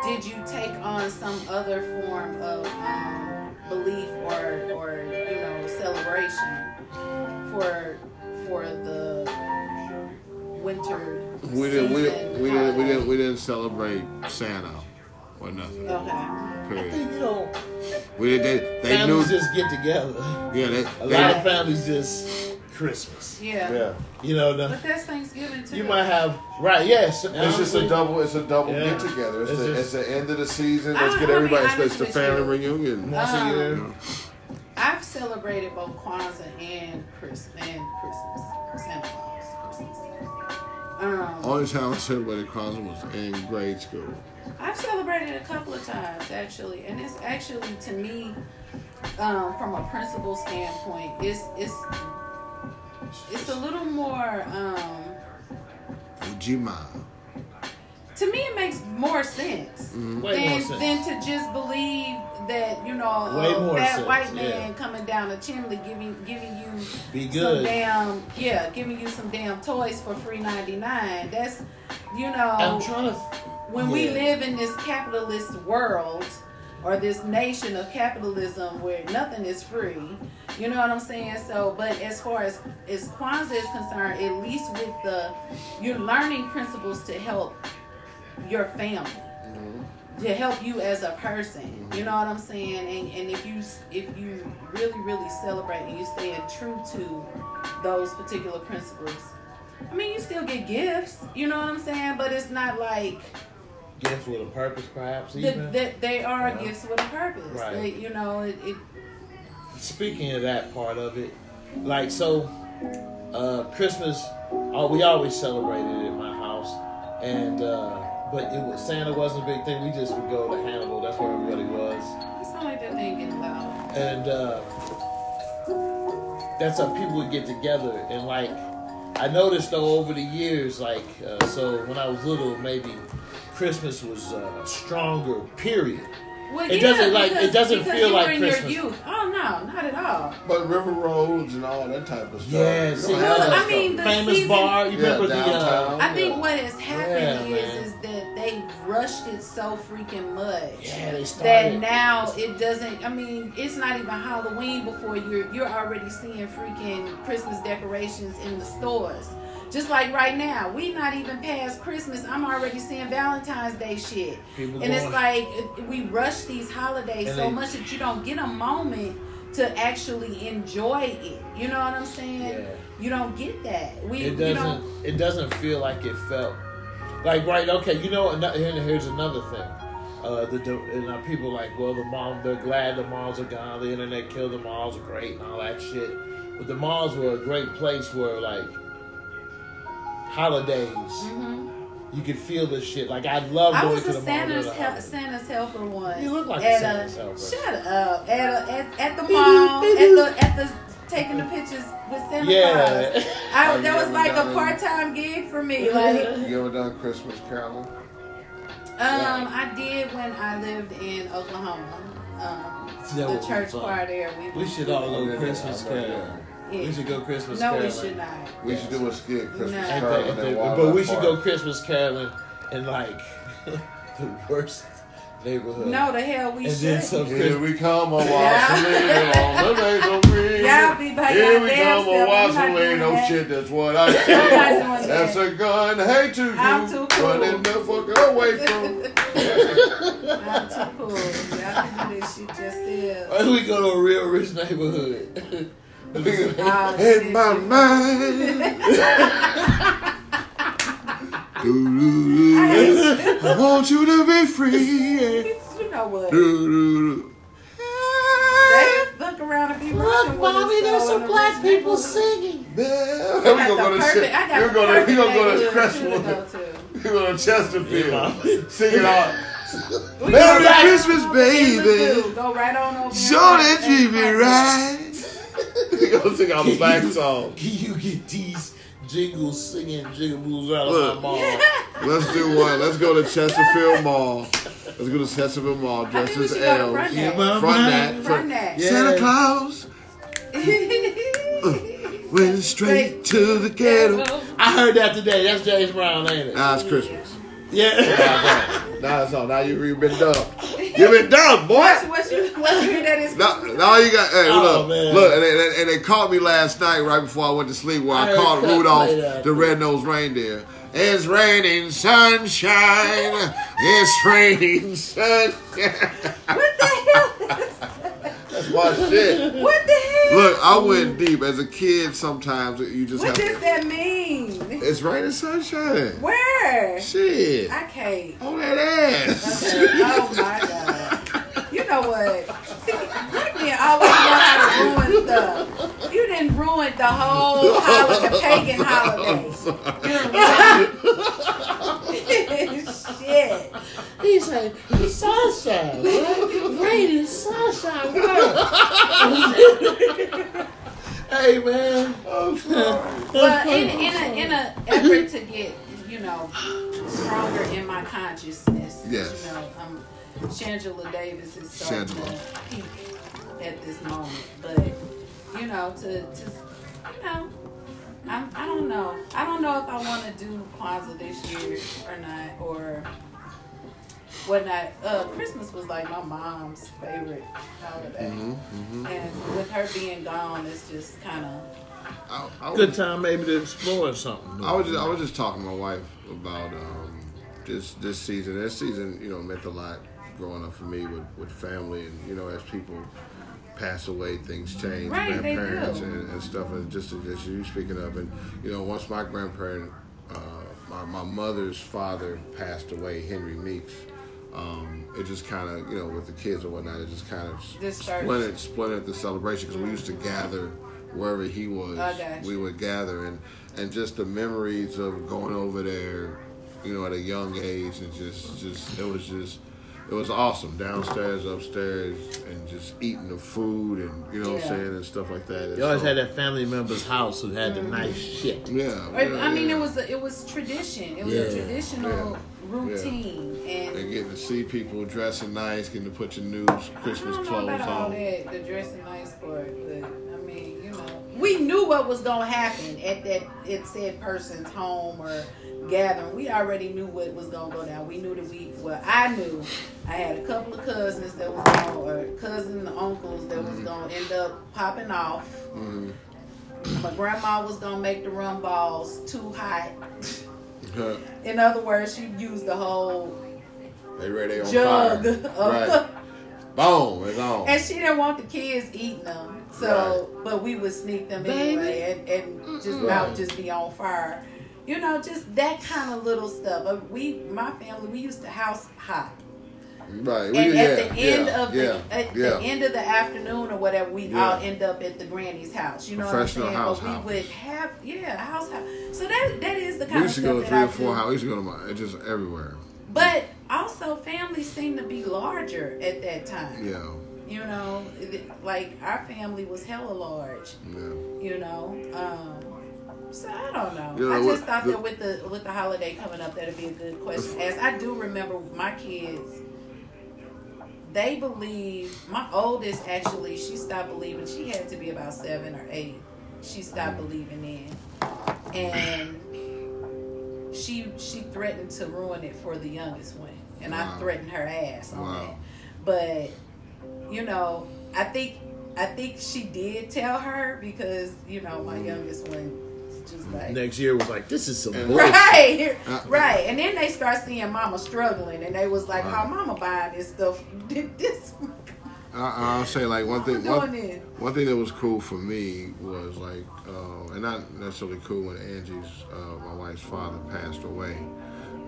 [SPEAKER 1] did you take on some other form of um, belief or, or, you know, celebration for for the winter?
[SPEAKER 3] We didn't. We didn't.
[SPEAKER 1] season
[SPEAKER 3] We didn't. We didn't.
[SPEAKER 1] holiday?
[SPEAKER 3] We didn't celebrate Santa or nothing.
[SPEAKER 1] Okay.
[SPEAKER 2] I think,
[SPEAKER 3] Period.
[SPEAKER 2] you know,
[SPEAKER 3] We did. They, they knew.
[SPEAKER 2] families just get together.
[SPEAKER 3] Yeah. They.
[SPEAKER 2] A
[SPEAKER 3] they
[SPEAKER 2] lot of families just Christmas.
[SPEAKER 1] Yeah.
[SPEAKER 3] yeah.
[SPEAKER 2] You know, the,
[SPEAKER 1] But that's Thanksgiving too.
[SPEAKER 2] you might have, right, yes.
[SPEAKER 3] It's just a double. It's a double
[SPEAKER 2] Yeah.
[SPEAKER 3] get together. It's,
[SPEAKER 2] It's
[SPEAKER 3] the,
[SPEAKER 2] just-
[SPEAKER 3] it's the end of the season. Let's
[SPEAKER 1] I-
[SPEAKER 3] get
[SPEAKER 1] I'll be
[SPEAKER 3] everybody. It's,
[SPEAKER 1] honest
[SPEAKER 3] the
[SPEAKER 1] with you.
[SPEAKER 3] family reunion.
[SPEAKER 2] Once a year.
[SPEAKER 1] I've celebrated both Kwanzaa and Chris and Christmas, Santa Claus, Christmas. Um,
[SPEAKER 3] Only time I celebrated Kwanzaa was in grade school.
[SPEAKER 1] I've celebrated a couple of times actually, and it's actually to me, um, from a principal standpoint, it's it's it's a little more. Um,
[SPEAKER 4] Ujima.
[SPEAKER 1] to me, it makes more sense
[SPEAKER 2] Way more
[SPEAKER 1] than,
[SPEAKER 2] sense.
[SPEAKER 1] than to just believe that you know
[SPEAKER 2] Way
[SPEAKER 1] a
[SPEAKER 2] more
[SPEAKER 1] fat
[SPEAKER 2] sense,
[SPEAKER 1] white
[SPEAKER 2] yeah.
[SPEAKER 1] man coming down a chimney giving giving you
[SPEAKER 2] Be
[SPEAKER 1] some
[SPEAKER 2] good.
[SPEAKER 1] damn yeah giving you some damn toys for free ninety nine. That's you know
[SPEAKER 2] I'm trying to.
[SPEAKER 1] when we
[SPEAKER 2] Yeah.
[SPEAKER 1] live in this capitalist world or this nation of capitalism where nothing is free, you know what I'm saying? So, but as far as as Kwanzaa is concerned, at least with the you're learning principles to help your family. To help you as a person, you know what I'm saying, and and if you s- if you really really celebrate and you staying true to those particular principles, I mean you still get gifts, you know what I'm saying, but it's not like
[SPEAKER 2] Gifts with a purpose, perhaps.
[SPEAKER 1] that
[SPEAKER 2] Even
[SPEAKER 1] that they are
[SPEAKER 2] Yeah.
[SPEAKER 1] gifts with a purpose.
[SPEAKER 2] Right.
[SPEAKER 1] They- you know, it, it
[SPEAKER 2] speaking of that part of it, like so, uh, Christmas, uh, we always celebrated it in my house, and uh, but it was Santa wasn't a big thing. We just would go to Hannibal. That's where everybody was,
[SPEAKER 1] it's not like that thing getting loud.
[SPEAKER 2] and uh, that's how people would get together. And like, I noticed though over the years, like uh, so when I was little, maybe Christmas was uh, stronger. Period.
[SPEAKER 1] Well,
[SPEAKER 2] It doesn't like- it
[SPEAKER 1] because-
[SPEAKER 2] doesn't
[SPEAKER 1] because
[SPEAKER 2] feel
[SPEAKER 1] you
[SPEAKER 2] like
[SPEAKER 1] were in
[SPEAKER 2] Christmas.
[SPEAKER 1] Your youth. Oh no, not at all.
[SPEAKER 3] But River Roads and all that type of stuff.
[SPEAKER 2] Yeah,
[SPEAKER 3] You
[SPEAKER 2] see,
[SPEAKER 3] don't
[SPEAKER 2] Yeah,
[SPEAKER 3] have
[SPEAKER 1] Well,
[SPEAKER 3] that
[SPEAKER 1] I
[SPEAKER 3] stuff.
[SPEAKER 1] mean, the
[SPEAKER 2] Famous
[SPEAKER 1] season,
[SPEAKER 2] bar. You
[SPEAKER 3] Yeah,
[SPEAKER 2] remember the.
[SPEAKER 3] downtown.
[SPEAKER 2] Uh,
[SPEAKER 1] I think what has happened
[SPEAKER 2] Yeah,
[SPEAKER 1] is
[SPEAKER 2] man.
[SPEAKER 1] is that they rushed it so freaking much.
[SPEAKER 2] yeah, they
[SPEAKER 1] that
[SPEAKER 2] started.
[SPEAKER 1] now it doesn't. I mean, it's not even Halloween before you're you're already seeing freaking Christmas decorations in the stores. Just like right now, we not even past Christmas. I'm already seeing Valentine's Day shit,
[SPEAKER 2] People
[SPEAKER 1] and it's
[SPEAKER 2] going-
[SPEAKER 1] like it- we rush these holidays so
[SPEAKER 2] And they-
[SPEAKER 1] much that you don't get a moment to actually enjoy it. You know what I'm saying?
[SPEAKER 2] Yeah.
[SPEAKER 1] You don't get that. We
[SPEAKER 2] it
[SPEAKER 1] you don't.
[SPEAKER 2] doesn't it doesn't feel like it felt like right okay you know ano- here- here's another thing uh the, the and now people like well the mall they're glad the malls are gone the internet killed the malls are great and all that shit but the malls were a great place where like holidays you could feel this shit like i love
[SPEAKER 1] Mm-hmm. I
[SPEAKER 2] going
[SPEAKER 1] was
[SPEAKER 2] to
[SPEAKER 1] a
[SPEAKER 2] the mall during
[SPEAKER 1] Santa's
[SPEAKER 2] the
[SPEAKER 1] hel-
[SPEAKER 2] holidays.
[SPEAKER 1] Santa's helper once.
[SPEAKER 2] "Oh, You look like a
[SPEAKER 1] at
[SPEAKER 2] Santa's helper.
[SPEAKER 1] Shut up. At a, at, at the mall, at the at the taking the pictures with Santa
[SPEAKER 2] Yeah.
[SPEAKER 1] Claus. I,
[SPEAKER 3] Oh,
[SPEAKER 1] that was
[SPEAKER 3] yeah,
[SPEAKER 1] like
[SPEAKER 3] we
[SPEAKER 1] a
[SPEAKER 3] got
[SPEAKER 1] part time gig for me. Like, um,
[SPEAKER 3] You ever done Christmas caroling?
[SPEAKER 1] I did when I lived in Oklahoma. Um,
[SPEAKER 2] That would
[SPEAKER 1] the
[SPEAKER 2] be
[SPEAKER 1] church
[SPEAKER 2] fun.
[SPEAKER 1] choir there. We,
[SPEAKER 2] we should all go christmas
[SPEAKER 3] Yeah, yeah,
[SPEAKER 2] carol
[SPEAKER 1] yeah.
[SPEAKER 2] we should go christmas
[SPEAKER 1] No, we
[SPEAKER 2] caroling.
[SPEAKER 1] should not.
[SPEAKER 3] We should do a skit, Christmas
[SPEAKER 1] No.
[SPEAKER 2] And
[SPEAKER 3] Carol.
[SPEAKER 2] the-
[SPEAKER 3] at
[SPEAKER 2] and
[SPEAKER 3] that
[SPEAKER 2] the- but
[SPEAKER 3] wildlife
[SPEAKER 2] we should
[SPEAKER 3] park.
[SPEAKER 2] go Christmas caroling in like the worst neighborhood.
[SPEAKER 1] No, the hell we
[SPEAKER 2] and then
[SPEAKER 1] should.
[SPEAKER 2] some
[SPEAKER 3] Here
[SPEAKER 2] Christmas.
[SPEAKER 3] we come, a
[SPEAKER 1] Yeah.
[SPEAKER 3] wash away all the days of wind.
[SPEAKER 1] Y'all be by
[SPEAKER 3] Here
[SPEAKER 1] goddamn
[SPEAKER 3] we come, a
[SPEAKER 1] self. I'm
[SPEAKER 3] wash
[SPEAKER 1] not
[SPEAKER 3] away.
[SPEAKER 1] doing
[SPEAKER 3] No
[SPEAKER 1] that.
[SPEAKER 3] shit, that's what I
[SPEAKER 1] I'm not
[SPEAKER 3] said.
[SPEAKER 1] doing
[SPEAKER 3] That's
[SPEAKER 1] that.
[SPEAKER 3] a gun, hate to you.
[SPEAKER 1] I'm too cool.
[SPEAKER 3] Running the fuck away from.
[SPEAKER 1] I'm too cool. Y'all can do this shit just still.
[SPEAKER 2] Or we go to a real rich neighborhood.
[SPEAKER 3] In my mind. Doo, doo, doo. I want you to be free.
[SPEAKER 1] You know what?
[SPEAKER 3] Doo, doo, doo.
[SPEAKER 1] They look around and be Look, Bobby, there's some black people singing.
[SPEAKER 3] Yeah, we gonna go to shit.
[SPEAKER 1] I
[SPEAKER 3] We
[SPEAKER 1] got
[SPEAKER 3] gonna we gonna go to
[SPEAKER 1] Crestwood.
[SPEAKER 3] Crestwood. We go to Chesterfield.
[SPEAKER 2] Mom.
[SPEAKER 3] Sing it out. Merry Christmas, baby.
[SPEAKER 1] Go right on over. there.
[SPEAKER 3] Show that you be right. We gonna sing our black song.
[SPEAKER 2] you get these jingles singing jingles out of
[SPEAKER 3] Look.
[SPEAKER 2] my mall.
[SPEAKER 3] Let's do one. Let's go to Chesterfield Mall. Let's go to Chesterfield Mall
[SPEAKER 1] I
[SPEAKER 3] dressed
[SPEAKER 1] think we
[SPEAKER 3] as
[SPEAKER 1] should go to
[SPEAKER 3] elves.
[SPEAKER 1] Frontenac.
[SPEAKER 2] Yeah,
[SPEAKER 3] Front that.
[SPEAKER 1] Front that.
[SPEAKER 3] Santa
[SPEAKER 2] Yeah.
[SPEAKER 3] Claus went straight to the ghetto.
[SPEAKER 2] I heard that today. That's James Brown, ain't it?
[SPEAKER 3] Now it's Christmas.
[SPEAKER 2] Yeah.
[SPEAKER 3] Now it's all. Now you've been dumped. You've been dumped, boy.
[SPEAKER 1] What you what you that is?
[SPEAKER 3] Now, now you got. Hey,
[SPEAKER 2] Oh,
[SPEAKER 3] look,
[SPEAKER 2] man.
[SPEAKER 3] look, and they, and they caught me last night right before I went to sleep, where I,
[SPEAKER 2] I
[SPEAKER 3] called
[SPEAKER 2] heard Cut
[SPEAKER 3] Rudolph
[SPEAKER 2] play that.
[SPEAKER 3] the red-nosed reindeer. It's raining sunshine. it's raining sunshine.
[SPEAKER 1] What the hell?
[SPEAKER 3] That's my shit.
[SPEAKER 1] What the hell?
[SPEAKER 3] Look, I went deep as a kid. Sometimes you just
[SPEAKER 1] What does
[SPEAKER 3] have. To,
[SPEAKER 1] that mean?
[SPEAKER 3] it's raining sunshine.
[SPEAKER 1] Where?
[SPEAKER 3] Shit.
[SPEAKER 1] I can't.
[SPEAKER 3] On that ass.
[SPEAKER 1] Oh my god. You know what? See, black men always know how to ruin stuff. You didn't done ruined the whole holiday, the pagan holiday. You done Shit.
[SPEAKER 2] He said, Sunshine, right? Great sunshine, right? hey, man.
[SPEAKER 1] Well, in, in a in a effort to get you know stronger in my consciousness.
[SPEAKER 3] Yes.
[SPEAKER 1] You know, um, Shangela Davis is starting
[SPEAKER 3] Shangela.
[SPEAKER 1] to peak at this moment, but you know to to you know. I'm, I don't know. I don't know if I want to do Kwanzaa this year or not, or whatnot. Uh, Christmas was like my mom's favorite holiday,
[SPEAKER 3] Mm-hmm,
[SPEAKER 1] and with her being gone, it's just kind of
[SPEAKER 3] I, I
[SPEAKER 2] Good
[SPEAKER 3] was,
[SPEAKER 2] time maybe to explore something.
[SPEAKER 3] I was just I was just talking to my wife about um, this this season. This season, you know, meant a lot growing up for me with, with family and you know as people pass away, things change,
[SPEAKER 1] Right, they
[SPEAKER 3] grandparents
[SPEAKER 1] do.
[SPEAKER 3] and, and stuff, and just as you speaking of, and you know once my grandparent, uh, my my mother's father passed away, Henry Meeks. Um, it just kind of, you know, with the kids and whatnot, it just kind of
[SPEAKER 1] This starts-
[SPEAKER 3] splintered, splintered the celebration because we used to gather wherever he was.
[SPEAKER 1] I got you.
[SPEAKER 3] We would gather and and just the memories of going over there, you know, at a young age and just just it was just it was awesome downstairs, upstairs, and just eating the food and you know what
[SPEAKER 1] Yeah.
[SPEAKER 3] I'm saying and stuff like that. And
[SPEAKER 2] You always
[SPEAKER 3] so-
[SPEAKER 2] had that family member's house who had the
[SPEAKER 3] Mm.
[SPEAKER 2] nice shit.
[SPEAKER 3] Yeah,
[SPEAKER 1] Or,
[SPEAKER 3] yeah,
[SPEAKER 1] I mean,
[SPEAKER 3] yeah.
[SPEAKER 1] it was a, it was tradition. It was
[SPEAKER 2] Yeah.
[SPEAKER 1] a traditional
[SPEAKER 3] Yeah.
[SPEAKER 1] routine,
[SPEAKER 3] And
[SPEAKER 1] and
[SPEAKER 3] getting to see people dressing nice, getting to put your new
[SPEAKER 1] I
[SPEAKER 3] Christmas
[SPEAKER 1] don't know
[SPEAKER 3] clothes
[SPEAKER 1] about all
[SPEAKER 3] on.
[SPEAKER 1] that, the dressing nice part, but I mean, you know, we knew what was gonna happen at that at said person's home or gathering. We already knew what was gonna go down. We knew that we well, I knew. I had a couple of cousins that was going, or cousins and uncles that
[SPEAKER 3] Mm-hmm.
[SPEAKER 1] was gonna end up popping off. My grandma was gonna make the rum balls too hot. In other words, she used the whole
[SPEAKER 3] they ready on
[SPEAKER 1] Jug
[SPEAKER 3] fire.
[SPEAKER 1] of-
[SPEAKER 3] Right. Boom, it's on.
[SPEAKER 1] And she didn't want the kids eating them. So, but we would sneak them anyway and, and just about just be on fire. You know, just that kind of little stuff. Uh, We, my family, we used to house hop.
[SPEAKER 3] Right.
[SPEAKER 1] And
[SPEAKER 3] yeah,
[SPEAKER 1] at the
[SPEAKER 3] yeah,
[SPEAKER 1] end of the,
[SPEAKER 3] yeah,
[SPEAKER 1] at
[SPEAKER 3] yeah.
[SPEAKER 1] the end of the afternoon or whatever, we
[SPEAKER 3] Yeah.
[SPEAKER 1] all end up at the granny's house. You know what I'm
[SPEAKER 3] Professional
[SPEAKER 1] saying?
[SPEAKER 3] house
[SPEAKER 1] but we
[SPEAKER 3] house.
[SPEAKER 1] would have, yeah, house house. So that that is the kind
[SPEAKER 3] We
[SPEAKER 1] of
[SPEAKER 3] used to
[SPEAKER 1] stuff
[SPEAKER 3] go
[SPEAKER 1] that
[SPEAKER 3] to three
[SPEAKER 1] I
[SPEAKER 3] or
[SPEAKER 1] do.
[SPEAKER 3] four houses. We used to go to my, just everywhere.
[SPEAKER 1] But also, families seem to be larger at that time.
[SPEAKER 3] Yeah,
[SPEAKER 1] You know, th- like our family was hella large.
[SPEAKER 3] yeah.
[SPEAKER 1] You know, um, so I don't know.
[SPEAKER 3] You know
[SPEAKER 1] I
[SPEAKER 3] what,
[SPEAKER 1] just thought
[SPEAKER 3] the-
[SPEAKER 1] that with the with the holiday coming up, that'd be a good question. As I do remember, my kids, they believe. My oldest actually, she stopped believing. She had to be about seven or eight. She stopped believing in, and she she threatened to ruin it for the youngest one, and I
[SPEAKER 3] Wow.
[SPEAKER 1] threatened her ass on
[SPEAKER 3] Wow.
[SPEAKER 1] that. But you know, I think I think she did tell her because you know my youngest one just like
[SPEAKER 2] Next year was like, this is some bullshit.
[SPEAKER 1] right,
[SPEAKER 3] Uh,
[SPEAKER 1] right, and then they start seeing Mama struggling, and they was like, "How Mama buying this stuff? This
[SPEAKER 3] I, I'll say like one thing.
[SPEAKER 1] doing
[SPEAKER 3] One,
[SPEAKER 1] it?"
[SPEAKER 3] one thing that was cool for me was like, uh, and not necessarily cool when Angie's, uh, my wife's father, passed away,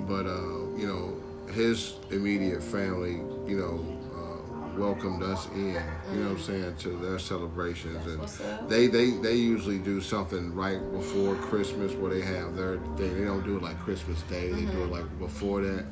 [SPEAKER 3] but uh, you know, his immediate family, you know, uh, welcomed us in. You know what I'm saying to their celebrations,
[SPEAKER 1] Mm. what's
[SPEAKER 3] and
[SPEAKER 1] up.
[SPEAKER 3] they they they usually do something right before Christmas where they have their thing. They don't do it like Christmas Day. They
[SPEAKER 1] Mm-hmm.
[SPEAKER 3] do it like before that,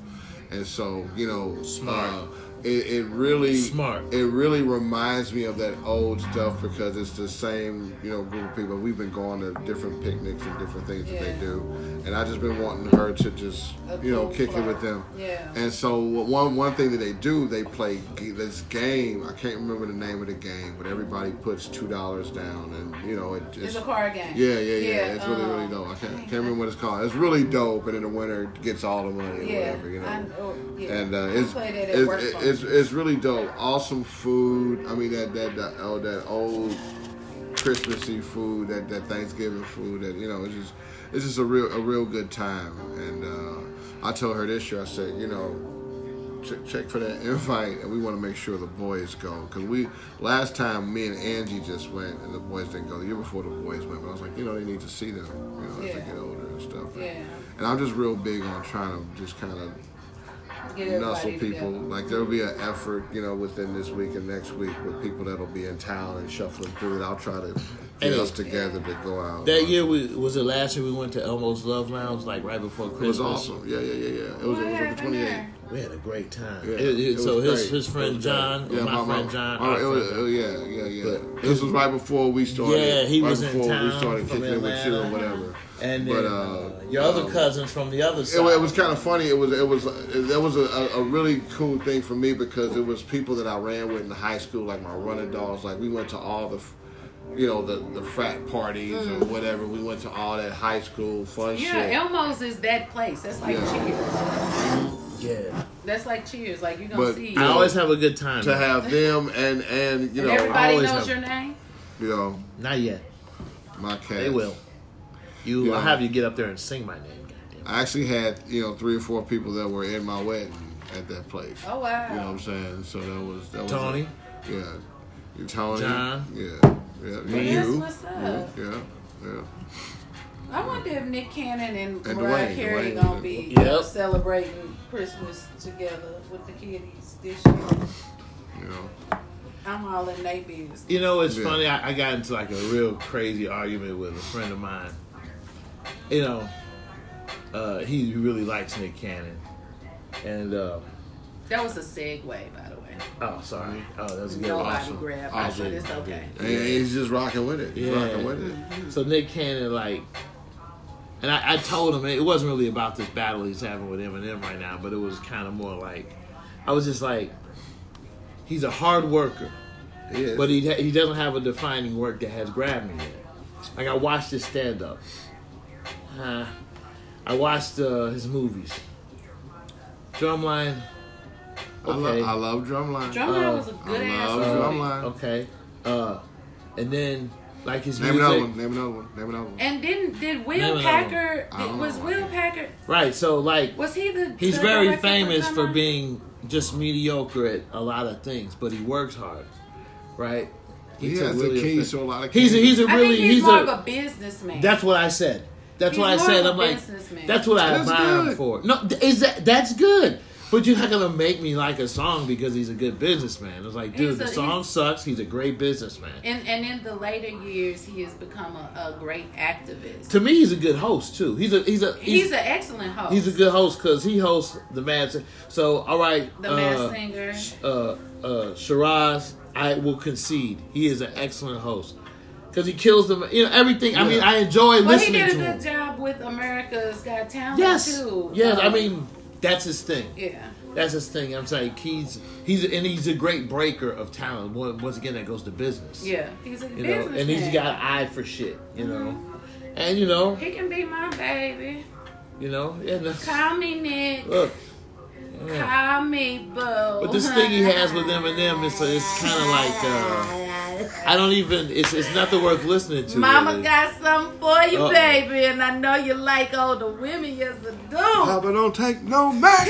[SPEAKER 3] and so you know,
[SPEAKER 2] Smart.
[SPEAKER 3] Uh, it, it really
[SPEAKER 2] Smart.
[SPEAKER 3] it really reminds me of that old stuff because it's the same, you know, group of people. We've been going to different picnics and different things that
[SPEAKER 1] Yeah.
[SPEAKER 3] they do, and I just been wanting her to just,
[SPEAKER 1] A
[SPEAKER 3] you know,
[SPEAKER 1] cool
[SPEAKER 3] kick it with
[SPEAKER 1] flower.
[SPEAKER 3] them.
[SPEAKER 1] Yeah.
[SPEAKER 3] And so one one thing that they do, they play g- this game. I can't remember the name of the game, but everybody puts two dollars down, and you know, it,
[SPEAKER 1] It's a card game.
[SPEAKER 3] yeah, yeah, yeah. It's really,
[SPEAKER 1] um,
[SPEAKER 3] really dope. I can't, can't remember what it's called. It's really dope, and then the winner gets all the money, or
[SPEAKER 1] Yeah,
[SPEAKER 3] whatever, you know.
[SPEAKER 1] I know, yeah.
[SPEAKER 3] And
[SPEAKER 1] I
[SPEAKER 3] uh, it's,
[SPEAKER 1] played it at
[SPEAKER 3] it's,
[SPEAKER 1] work
[SPEAKER 3] it's,
[SPEAKER 1] once.
[SPEAKER 3] it's it's really dope. Awesome food. I mean that that that, oh, that old Christmassy food, that, that Thanksgiving food. That you know, it's just it's just a real a real good time. And uh, I told her this year, I said, you know, check, check for that invite, and we want to make sure the boys go because we last time me and Angie just went, and the boys didn't go. The year before the boys went, but I was like, you know, they need to see them, you know, as
[SPEAKER 1] Yeah.
[SPEAKER 3] they get older and stuff.
[SPEAKER 1] Yeah.
[SPEAKER 3] And I'm just real big on trying to just kind of
[SPEAKER 1] Get everybody
[SPEAKER 3] nuzzle people.
[SPEAKER 1] together.
[SPEAKER 3] Like there'll be an effort, you know, within this week and next week with people that'll be in town and shuffling through it. I'll try to get
[SPEAKER 2] Hey.
[SPEAKER 3] us together to go out.
[SPEAKER 2] That year we was it last year we went to Elmo's Love Lounge like right before
[SPEAKER 3] it
[SPEAKER 2] Christmas.
[SPEAKER 3] was awesome. Yeah, yeah, yeah, yeah. It was,
[SPEAKER 1] What
[SPEAKER 3] it was like the
[SPEAKER 1] happened
[SPEAKER 3] 28th.
[SPEAKER 1] there?
[SPEAKER 2] We had a great time.
[SPEAKER 3] Yeah,
[SPEAKER 2] It- it-
[SPEAKER 3] it
[SPEAKER 2] so
[SPEAKER 3] was
[SPEAKER 2] his
[SPEAKER 3] great.
[SPEAKER 2] his
[SPEAKER 3] It
[SPEAKER 2] friend
[SPEAKER 3] was
[SPEAKER 2] John,
[SPEAKER 3] great.
[SPEAKER 2] my, friend John.
[SPEAKER 3] Oh,
[SPEAKER 2] our
[SPEAKER 3] it
[SPEAKER 2] friend
[SPEAKER 3] was-
[SPEAKER 2] John.
[SPEAKER 3] oh, yeah, yeah, yeah.
[SPEAKER 2] But-
[SPEAKER 3] this was right before we started.
[SPEAKER 2] Yeah, he
[SPEAKER 3] right
[SPEAKER 2] was in
[SPEAKER 3] before we
[SPEAKER 2] town
[SPEAKER 3] started
[SPEAKER 2] from
[SPEAKER 3] kicking it with shit or
[SPEAKER 2] Atlanta.
[SPEAKER 3] whatever.
[SPEAKER 2] And
[SPEAKER 3] But,
[SPEAKER 2] then
[SPEAKER 3] uh,
[SPEAKER 2] uh, your
[SPEAKER 3] um,
[SPEAKER 2] other cousins from the other
[SPEAKER 3] It,
[SPEAKER 2] side.
[SPEAKER 3] wa- it was kind of funny. It was it was uh, that was a, a, a really cool thing for me because it was people that I ran with in high school, like my running dogs. Like we went to all the, f- you know, the the frat parties or whatever. We went to all that high school fun
[SPEAKER 1] Mm. Yeah,
[SPEAKER 3] shit.
[SPEAKER 1] Elmo's is that place. That's like
[SPEAKER 3] Yeah.
[SPEAKER 1] Cheers.
[SPEAKER 2] yeah.
[SPEAKER 1] That's like Cheers. Like you gonna
[SPEAKER 3] But
[SPEAKER 1] see.
[SPEAKER 3] I
[SPEAKER 2] I
[SPEAKER 1] and
[SPEAKER 2] always have a good time.
[SPEAKER 3] to have them and and you know
[SPEAKER 1] everybody
[SPEAKER 2] always
[SPEAKER 1] knows
[SPEAKER 2] have-
[SPEAKER 1] your name.
[SPEAKER 3] you know
[SPEAKER 2] Not yet.
[SPEAKER 3] my cats.
[SPEAKER 2] They will. You
[SPEAKER 3] Yeah.
[SPEAKER 2] I'll have you get up there and sing my name. goddamn.
[SPEAKER 3] I actually had you know three or four people that were in my wedding at that place.
[SPEAKER 1] Oh wow.
[SPEAKER 3] You know what I'm saying? So that was that was
[SPEAKER 2] Tony.
[SPEAKER 3] yeah, You Tony.
[SPEAKER 2] John.
[SPEAKER 3] Yeah, yeah.
[SPEAKER 2] Me.
[SPEAKER 1] That's
[SPEAKER 3] You.
[SPEAKER 1] what's up.
[SPEAKER 3] Yeah, yeah.
[SPEAKER 1] I wonder if Nick Cannon and,
[SPEAKER 3] And
[SPEAKER 1] Mariah
[SPEAKER 3] Dwayne,
[SPEAKER 1] Carey
[SPEAKER 3] Dwayne.
[SPEAKER 1] gonna be
[SPEAKER 2] Yep.
[SPEAKER 1] uh, celebrating Christmas together with the kiddies this year.
[SPEAKER 3] You know.
[SPEAKER 1] I'm all in they business.
[SPEAKER 2] You know, it's
[SPEAKER 3] Yeah.
[SPEAKER 2] funny. I, I got into like a real crazy argument with a friend of mine. You know, uh, he really likes Nick Cannon, and uh,
[SPEAKER 1] That was a segue, by the way.
[SPEAKER 2] oh, sorry, oh, that was a good.
[SPEAKER 1] Nobody
[SPEAKER 2] one.
[SPEAKER 1] grabbed
[SPEAKER 3] Mm-hmm. Awesome.
[SPEAKER 1] it, but it's okay.
[SPEAKER 3] And he's just rocking with it. He's
[SPEAKER 2] Yeah.
[SPEAKER 3] rocking with it.
[SPEAKER 2] So Nick Cannon, like, and I, I told him it wasn't really about this battle he's having with Eminem right now, but it was kind of more like, I was just like, he's a hard worker,
[SPEAKER 3] He is.
[SPEAKER 2] but he he doesn't have a defining work that has grabbed me yet. Like I watched his stand up, uh, I watched uh, his movies, Drumline,
[SPEAKER 3] I, love,
[SPEAKER 2] okay.
[SPEAKER 3] I love drumline.
[SPEAKER 1] Drumline
[SPEAKER 2] Uh,
[SPEAKER 1] was a good ass
[SPEAKER 3] love
[SPEAKER 1] movie.
[SPEAKER 3] Drumline.
[SPEAKER 2] okay, uh, and then like his
[SPEAKER 3] Name another
[SPEAKER 2] music,
[SPEAKER 3] one. Name another one. Name another one.
[SPEAKER 1] And didn't did
[SPEAKER 2] No, no,
[SPEAKER 1] Will
[SPEAKER 2] no.
[SPEAKER 1] Packer
[SPEAKER 3] I don't
[SPEAKER 1] was
[SPEAKER 3] know.
[SPEAKER 1] Will Packer
[SPEAKER 2] right? So like
[SPEAKER 1] was he the
[SPEAKER 2] He's
[SPEAKER 1] the
[SPEAKER 2] very
[SPEAKER 1] director
[SPEAKER 2] famous for
[SPEAKER 1] Drumline?
[SPEAKER 2] being just mediocre at a lot of things, but he works hard, right?
[SPEAKER 3] He
[SPEAKER 2] took
[SPEAKER 3] has the
[SPEAKER 2] really
[SPEAKER 3] keys
[SPEAKER 2] offense-
[SPEAKER 3] to a lot of
[SPEAKER 2] He's a,
[SPEAKER 3] cases.
[SPEAKER 2] he's a
[SPEAKER 1] I
[SPEAKER 2] really
[SPEAKER 1] think he's,
[SPEAKER 2] he's,
[SPEAKER 1] more
[SPEAKER 2] a,
[SPEAKER 1] of a businessman.
[SPEAKER 2] that's what I said. That's
[SPEAKER 1] He's
[SPEAKER 2] what I
[SPEAKER 1] more
[SPEAKER 2] said.
[SPEAKER 1] of a
[SPEAKER 2] I'm like
[SPEAKER 1] businessman.
[SPEAKER 2] that's what I
[SPEAKER 3] That's
[SPEAKER 2] admire him
[SPEAKER 3] good.
[SPEAKER 2] for. No, th- is that that's good. But you're not gonna make me like a song because he's a good businessman. It's like, dude,
[SPEAKER 1] He's a-
[SPEAKER 2] the song
[SPEAKER 1] he's-
[SPEAKER 2] sucks. He's a great businessman.
[SPEAKER 1] and and in the later years he has become a, a great activist.
[SPEAKER 2] To me, he's a good host too. He's a he's a
[SPEAKER 1] He's, an excellent host.
[SPEAKER 2] He's a good host because he hosts the Mad. Sing- So all right,
[SPEAKER 1] the mass
[SPEAKER 2] uh,
[SPEAKER 1] singer.
[SPEAKER 2] uh, uh, Shiraz, I will concede he is an excellent host because he kills them. You know everything. I mean,
[SPEAKER 3] Yeah.
[SPEAKER 2] I enjoy
[SPEAKER 1] Well, he
[SPEAKER 2] listening
[SPEAKER 1] did a
[SPEAKER 2] to
[SPEAKER 1] good
[SPEAKER 2] him.
[SPEAKER 1] job with America's Got Talent
[SPEAKER 2] Yes,
[SPEAKER 1] too.
[SPEAKER 2] yes. I
[SPEAKER 1] Um,
[SPEAKER 2] mean, that's his thing.
[SPEAKER 1] yeah.
[SPEAKER 2] That's his thing. I'm saying he's he's and he's a great breaker of talent. Once once again, that goes to business.
[SPEAKER 1] Yeah, he's a
[SPEAKER 2] you know,
[SPEAKER 1] businessman.
[SPEAKER 2] and he's got an eye for shit. You
[SPEAKER 1] Mm-hmm.
[SPEAKER 2] know, and you know,
[SPEAKER 1] He can be my baby.
[SPEAKER 2] you know, yeah. no-
[SPEAKER 1] Call me Nick.
[SPEAKER 2] Look. Yeah.
[SPEAKER 1] Call me boo.
[SPEAKER 2] But this thing he has with Eminem is it's kind of like uh, I don't even it's it's nothing worth listening to.
[SPEAKER 1] Mama
[SPEAKER 2] really.
[SPEAKER 1] got something for you,
[SPEAKER 2] Uh-oh.
[SPEAKER 1] baby, and I know you like older women. Yes, I do.
[SPEAKER 3] Papa don't take no Mac.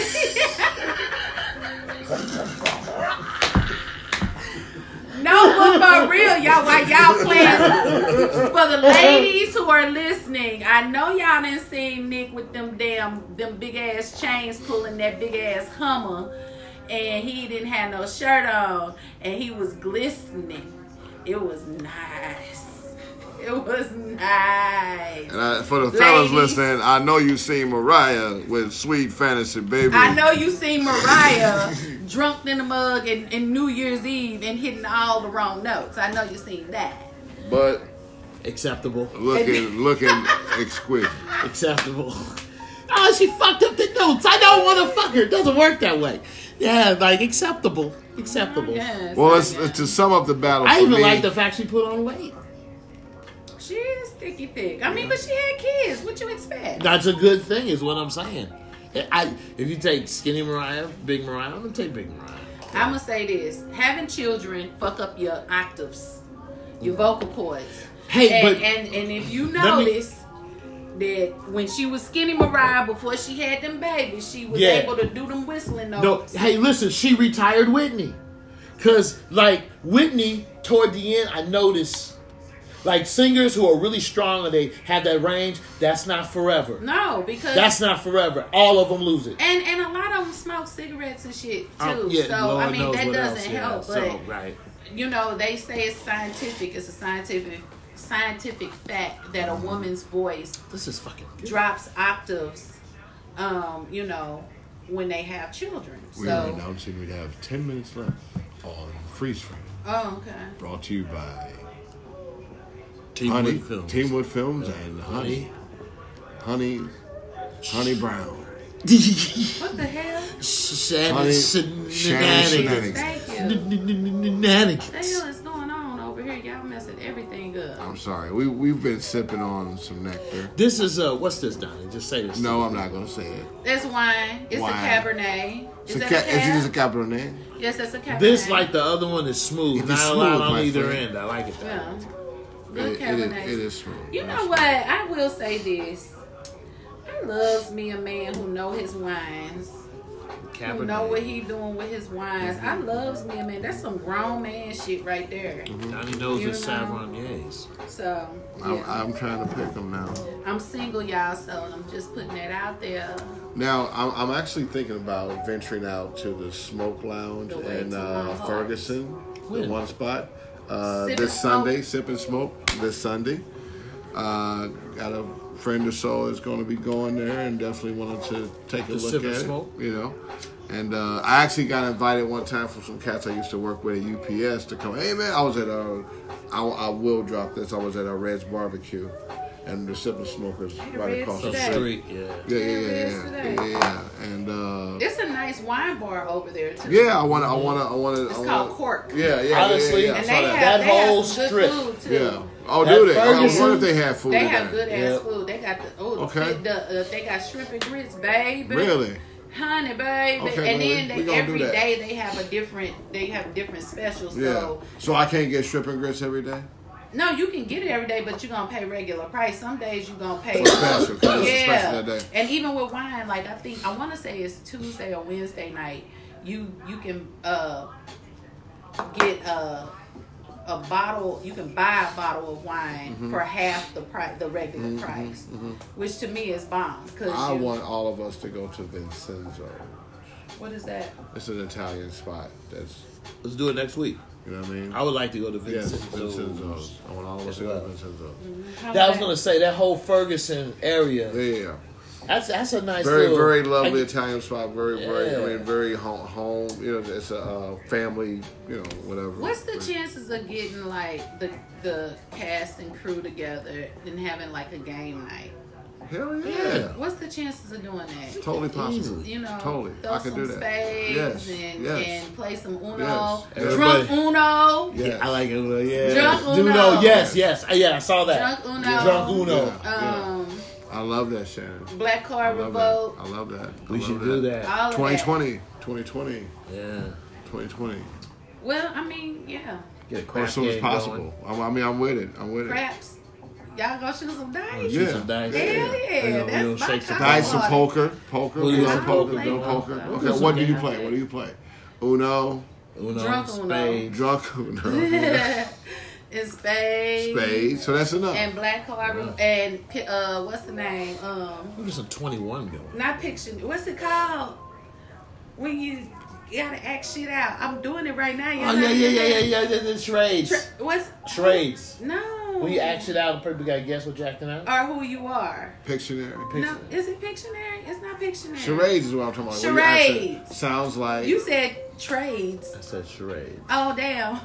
[SPEAKER 1] No, but for real, y'all, while y'all playing for the ladies who are listening, I know y'all didn't see Nick with them damn them big ass chains pulling that big ass Hummer, and he didn't have no shirt on, and he was glistening. It was nice. It was nice.
[SPEAKER 3] And I, for the fellas
[SPEAKER 1] Ladies.
[SPEAKER 3] listening, I know you seen Mariah with Sweet Fantasy Baby.
[SPEAKER 1] I know you seen Mariah drunk in the mug and, and New Year's Eve and hitting all the wrong notes. I know you seen that.
[SPEAKER 3] But
[SPEAKER 2] acceptable,
[SPEAKER 3] looking looking exquisite.
[SPEAKER 2] acceptable. Oh, she fucked up the notes. I don't want to fuck her. It doesn't work that way. Yeah, like acceptable, acceptable.
[SPEAKER 1] Yes,
[SPEAKER 3] Well,
[SPEAKER 1] I
[SPEAKER 3] it's,
[SPEAKER 1] guess.
[SPEAKER 3] to sum up the battle
[SPEAKER 2] I
[SPEAKER 3] for
[SPEAKER 2] even
[SPEAKER 3] me,
[SPEAKER 2] like the fact she put on weight.
[SPEAKER 1] She is sticky thick. I mean, but she had kids. What you expect?
[SPEAKER 2] That's a good thing, is what I'm saying. I if you take skinny Mariah, big Mariah, I'm gonna take big Mariah.
[SPEAKER 1] I'm gonna say this: having children fuck up your octaves, your vocal cords.
[SPEAKER 2] Hey,
[SPEAKER 1] and,
[SPEAKER 2] but-
[SPEAKER 1] and and if you
[SPEAKER 2] Let me-
[SPEAKER 1] notice. That when she was skinny Mariah before she had them babies, she was
[SPEAKER 2] Yeah.
[SPEAKER 1] able to do them whistling
[SPEAKER 2] No,
[SPEAKER 1] notes.
[SPEAKER 2] hey, listen, she retired Whitney. Cause like Whitney toward the end I noticed Like singers who are really strong and they have that range, that's not forever.
[SPEAKER 1] No, because
[SPEAKER 2] That's not forever. All of them lose it.
[SPEAKER 1] and and a lot of them smoke cigarettes and shit too.
[SPEAKER 2] Oh, yeah,
[SPEAKER 1] so I
[SPEAKER 2] Lord
[SPEAKER 1] mean
[SPEAKER 2] knows
[SPEAKER 1] that
[SPEAKER 2] what
[SPEAKER 1] doesn't
[SPEAKER 2] else, yeah,
[SPEAKER 1] help. But
[SPEAKER 2] so, right.
[SPEAKER 1] you know they say it's scientific. It's a scientific scientific fact that a woman's voice
[SPEAKER 2] This is fucking good.
[SPEAKER 1] drops octaves. Um, you know when they have children.
[SPEAKER 3] We are
[SPEAKER 1] So
[SPEAKER 3] announcing we have 10 minutes left on Freeze Frame,
[SPEAKER 1] oh okay.
[SPEAKER 3] brought to you by
[SPEAKER 5] Team
[SPEAKER 3] Honey,
[SPEAKER 5] Wood Films.
[SPEAKER 3] Teamwood Films and Honey, Honey, Honey Brown.
[SPEAKER 1] What the hell?
[SPEAKER 3] Honey,
[SPEAKER 2] Shannon
[SPEAKER 3] Shannon
[SPEAKER 2] shenanigans.
[SPEAKER 3] Shenanigans.
[SPEAKER 1] Thank you. The
[SPEAKER 2] Shenanigans.
[SPEAKER 1] hell is going on over here? Y'all messing everything up.
[SPEAKER 3] I'm sorry, we, we've been sipping on some nectar.
[SPEAKER 2] This is uh, what's this, Donnie? Just say this.
[SPEAKER 3] No, I'm not going to say it.
[SPEAKER 1] That's wine. It's
[SPEAKER 3] Wine.
[SPEAKER 1] a Cabernet. Is
[SPEAKER 3] It's a
[SPEAKER 1] that
[SPEAKER 3] ca-
[SPEAKER 1] a cab?
[SPEAKER 3] it's just a Cabernet.
[SPEAKER 1] yes, that's a Cabernet.
[SPEAKER 2] This, like the other one, is smooth.
[SPEAKER 3] It
[SPEAKER 2] not
[SPEAKER 3] is
[SPEAKER 2] a lot
[SPEAKER 3] smooth,
[SPEAKER 2] on
[SPEAKER 3] my
[SPEAKER 2] either
[SPEAKER 3] friend.
[SPEAKER 2] end. I like it. Though.
[SPEAKER 1] Yeah.
[SPEAKER 3] It,
[SPEAKER 1] Good
[SPEAKER 3] it, is,
[SPEAKER 1] Cabernet.
[SPEAKER 3] it is smooth.
[SPEAKER 1] You know what? I will say this. I loves me a man who know his wines, who know what he doing with his wines. I loves me a man. That's some grown man shit right there.
[SPEAKER 3] Mm-hmm.
[SPEAKER 2] Donnie knows
[SPEAKER 1] You
[SPEAKER 2] his
[SPEAKER 1] know.
[SPEAKER 2] Savron Yays.
[SPEAKER 1] So
[SPEAKER 3] I'm,
[SPEAKER 1] yeah.
[SPEAKER 3] I'm trying to pick them now.
[SPEAKER 1] I'm single, y'all. So I'm just putting that out there.
[SPEAKER 3] Now I'm, I'm actually thinking about venturing out to the Smoke Lounge
[SPEAKER 1] The way
[SPEAKER 3] in
[SPEAKER 1] to my
[SPEAKER 3] uh,
[SPEAKER 1] heart.
[SPEAKER 3] Ferguson, the
[SPEAKER 2] When?
[SPEAKER 3] one spot. Uh,
[SPEAKER 1] Sip and
[SPEAKER 3] this
[SPEAKER 1] smoke.
[SPEAKER 3] Sunday, sip and smoke. This Sunday, uh, got a friend or so is going to be going there, and definitely wanted to take a
[SPEAKER 2] The
[SPEAKER 3] look
[SPEAKER 2] sip and
[SPEAKER 3] at it.
[SPEAKER 2] smoke?
[SPEAKER 3] You know, and uh, I actually got invited one time from some cats I used to work with at UPS to come. Hey man, I was at a, I, I will drop this. I was at a Red's barbecue, and the sip and smoke is right
[SPEAKER 1] Red's
[SPEAKER 3] across
[SPEAKER 2] So
[SPEAKER 3] the
[SPEAKER 1] today.
[SPEAKER 3] street.
[SPEAKER 2] street, yeah.
[SPEAKER 3] Yeah, yeah,
[SPEAKER 1] Yeah,
[SPEAKER 3] yeah,
[SPEAKER 1] it is
[SPEAKER 3] yeah,
[SPEAKER 1] today.
[SPEAKER 3] yeah, yeah. And uh,
[SPEAKER 1] It's a nice wine bar over there too.
[SPEAKER 3] yeah, I wanna, I wanna, I wanna.
[SPEAKER 1] It's
[SPEAKER 3] I wanna,
[SPEAKER 1] called Cork.
[SPEAKER 3] Yeah, yeah, yeah,
[SPEAKER 2] Honestly,
[SPEAKER 3] yeah, yeah. I
[SPEAKER 1] And
[SPEAKER 3] saw
[SPEAKER 1] they
[SPEAKER 2] that.
[SPEAKER 1] have,
[SPEAKER 2] That
[SPEAKER 1] they
[SPEAKER 2] whole
[SPEAKER 1] have some good
[SPEAKER 2] strip.
[SPEAKER 1] food too.
[SPEAKER 3] yeah. Oh,
[SPEAKER 2] That
[SPEAKER 3] do they? I
[SPEAKER 2] Ferguson-
[SPEAKER 3] wonder if they have food.
[SPEAKER 1] They
[SPEAKER 3] in
[SPEAKER 1] have
[SPEAKER 3] there.
[SPEAKER 1] good ass
[SPEAKER 2] Yep.
[SPEAKER 1] food. They got the oh,
[SPEAKER 3] Okay.
[SPEAKER 1] they, the, uh, they got shrimp and grits, baby.
[SPEAKER 3] Really?
[SPEAKER 1] honey, baby.
[SPEAKER 3] Okay,
[SPEAKER 1] and
[SPEAKER 3] baby.
[SPEAKER 1] then
[SPEAKER 3] We
[SPEAKER 1] they,
[SPEAKER 3] gonna do
[SPEAKER 1] every
[SPEAKER 3] that.
[SPEAKER 1] day they have a different. They have different specials.
[SPEAKER 3] Yeah.
[SPEAKER 1] So
[SPEAKER 3] So I can't get shrimp and grits every day.
[SPEAKER 1] no, you can get it every day, but you're gonna pay regular price. Some days you're gonna pay
[SPEAKER 3] For special, 'cause it's a special
[SPEAKER 1] yeah.
[SPEAKER 3] that day.
[SPEAKER 1] And even with wine, like I think I want to say it's Tuesday or Wednesday night. You you can uh get uh a bottle you can buy a bottle of wine
[SPEAKER 3] Mm-hmm.
[SPEAKER 1] for half the price the regular price which to me is bomb because
[SPEAKER 3] I
[SPEAKER 1] you,
[SPEAKER 3] want all of us to go to Vincenzo.
[SPEAKER 1] what is that
[SPEAKER 3] It's an Italian spot. That's
[SPEAKER 2] Let's do it next week.
[SPEAKER 3] you know what I mean.
[SPEAKER 2] I would like to go to
[SPEAKER 3] yes,
[SPEAKER 2] Vincent's.
[SPEAKER 3] Vincenzo's. I want all of us to go to Vincenzo's.
[SPEAKER 1] How
[SPEAKER 2] That I
[SPEAKER 1] about
[SPEAKER 2] was gonna say that whole Ferguson area.
[SPEAKER 3] Yeah.
[SPEAKER 2] That's that's a nice
[SPEAKER 3] Very,
[SPEAKER 2] little,
[SPEAKER 3] very lovely
[SPEAKER 2] Like,
[SPEAKER 3] Italian spot. Very, very, I
[SPEAKER 2] Yeah.
[SPEAKER 3] mean, very home, home. You know, it's a uh, family. You know, whatever.
[SPEAKER 1] What's the
[SPEAKER 3] But-
[SPEAKER 1] chances of getting like the the cast and crew together and having like a game night?
[SPEAKER 3] Hell yeah.
[SPEAKER 1] What's the chances of doing that?
[SPEAKER 3] Totally possible.
[SPEAKER 1] You know,
[SPEAKER 3] totally.
[SPEAKER 1] throw
[SPEAKER 3] I could
[SPEAKER 1] some
[SPEAKER 3] do that.
[SPEAKER 1] spades
[SPEAKER 3] Yes.
[SPEAKER 1] and,
[SPEAKER 3] yes.
[SPEAKER 1] and play some Uno,
[SPEAKER 3] Yes.
[SPEAKER 1] drunk
[SPEAKER 2] Everybody-
[SPEAKER 1] Uno,
[SPEAKER 3] yes.
[SPEAKER 2] I like it. well, Yeah,
[SPEAKER 1] Drunk Uno.
[SPEAKER 2] Yes, yes. Uh, Yeah, I saw that.
[SPEAKER 1] drunk Uno,
[SPEAKER 2] Drunk Uno.
[SPEAKER 3] Yeah.
[SPEAKER 1] um,
[SPEAKER 3] I love that, Shannon.
[SPEAKER 1] Black
[SPEAKER 3] I
[SPEAKER 1] Card
[SPEAKER 3] love that.
[SPEAKER 1] Revolt,
[SPEAKER 3] I love that.
[SPEAKER 2] We
[SPEAKER 3] I
[SPEAKER 2] should
[SPEAKER 3] love
[SPEAKER 2] do that.
[SPEAKER 1] all of that.
[SPEAKER 3] 2020. 2020.
[SPEAKER 2] Yeah.
[SPEAKER 3] 2020.
[SPEAKER 1] Well, I mean, yeah,
[SPEAKER 2] Get a
[SPEAKER 3] As
[SPEAKER 2] craft
[SPEAKER 3] soon as
[SPEAKER 2] game
[SPEAKER 3] possible. I'm, I mean, I'm with it. I'm with it.
[SPEAKER 1] craps. Y'all go shoot some dice.
[SPEAKER 2] Going. Shoot Oh, some
[SPEAKER 3] Oh, Yeah.
[SPEAKER 2] dice.
[SPEAKER 1] Hell yeah,
[SPEAKER 2] We gonna-
[SPEAKER 1] that's
[SPEAKER 2] we gonna
[SPEAKER 1] my
[SPEAKER 2] shake some
[SPEAKER 1] kind
[SPEAKER 3] Dice
[SPEAKER 1] of
[SPEAKER 2] dice.
[SPEAKER 3] and
[SPEAKER 1] Lord.
[SPEAKER 3] poker. Poker.
[SPEAKER 2] We'll
[SPEAKER 3] We
[SPEAKER 2] do
[SPEAKER 3] love
[SPEAKER 2] some
[SPEAKER 3] poker.
[SPEAKER 1] poker.
[SPEAKER 3] No poker.
[SPEAKER 1] We'll
[SPEAKER 2] do
[SPEAKER 3] Okay,
[SPEAKER 2] some
[SPEAKER 3] what do you
[SPEAKER 2] game.
[SPEAKER 3] play? What do you play? Uno.
[SPEAKER 2] Uno,
[SPEAKER 1] Drunk Uno.
[SPEAKER 2] spades.
[SPEAKER 3] Drunk Uno.
[SPEAKER 1] and spades,
[SPEAKER 3] Oh, Spades. So that's enough.
[SPEAKER 1] and Black Card Re- and pi- uh, what's the name? Um,
[SPEAKER 2] We're just a twenty-one going.
[SPEAKER 1] not picture. What's it called? When you gotta act shit out. I'm doing it right now.
[SPEAKER 2] Oh yeah, yeah, yeah, yeah, yeah. The, the trades,
[SPEAKER 1] Tra- what's
[SPEAKER 2] trades.
[SPEAKER 1] no?
[SPEAKER 2] We action out. and People gotta guess what Jack and I.
[SPEAKER 1] Or who you are?
[SPEAKER 3] Pictionary.
[SPEAKER 1] No, is it Pictionary? It's not Pictionary.
[SPEAKER 3] Charades is what I'm talking about. When you actually-
[SPEAKER 1] Charades.
[SPEAKER 3] Sounds like.
[SPEAKER 1] You said trades.
[SPEAKER 2] I said charades.
[SPEAKER 1] Oh damn!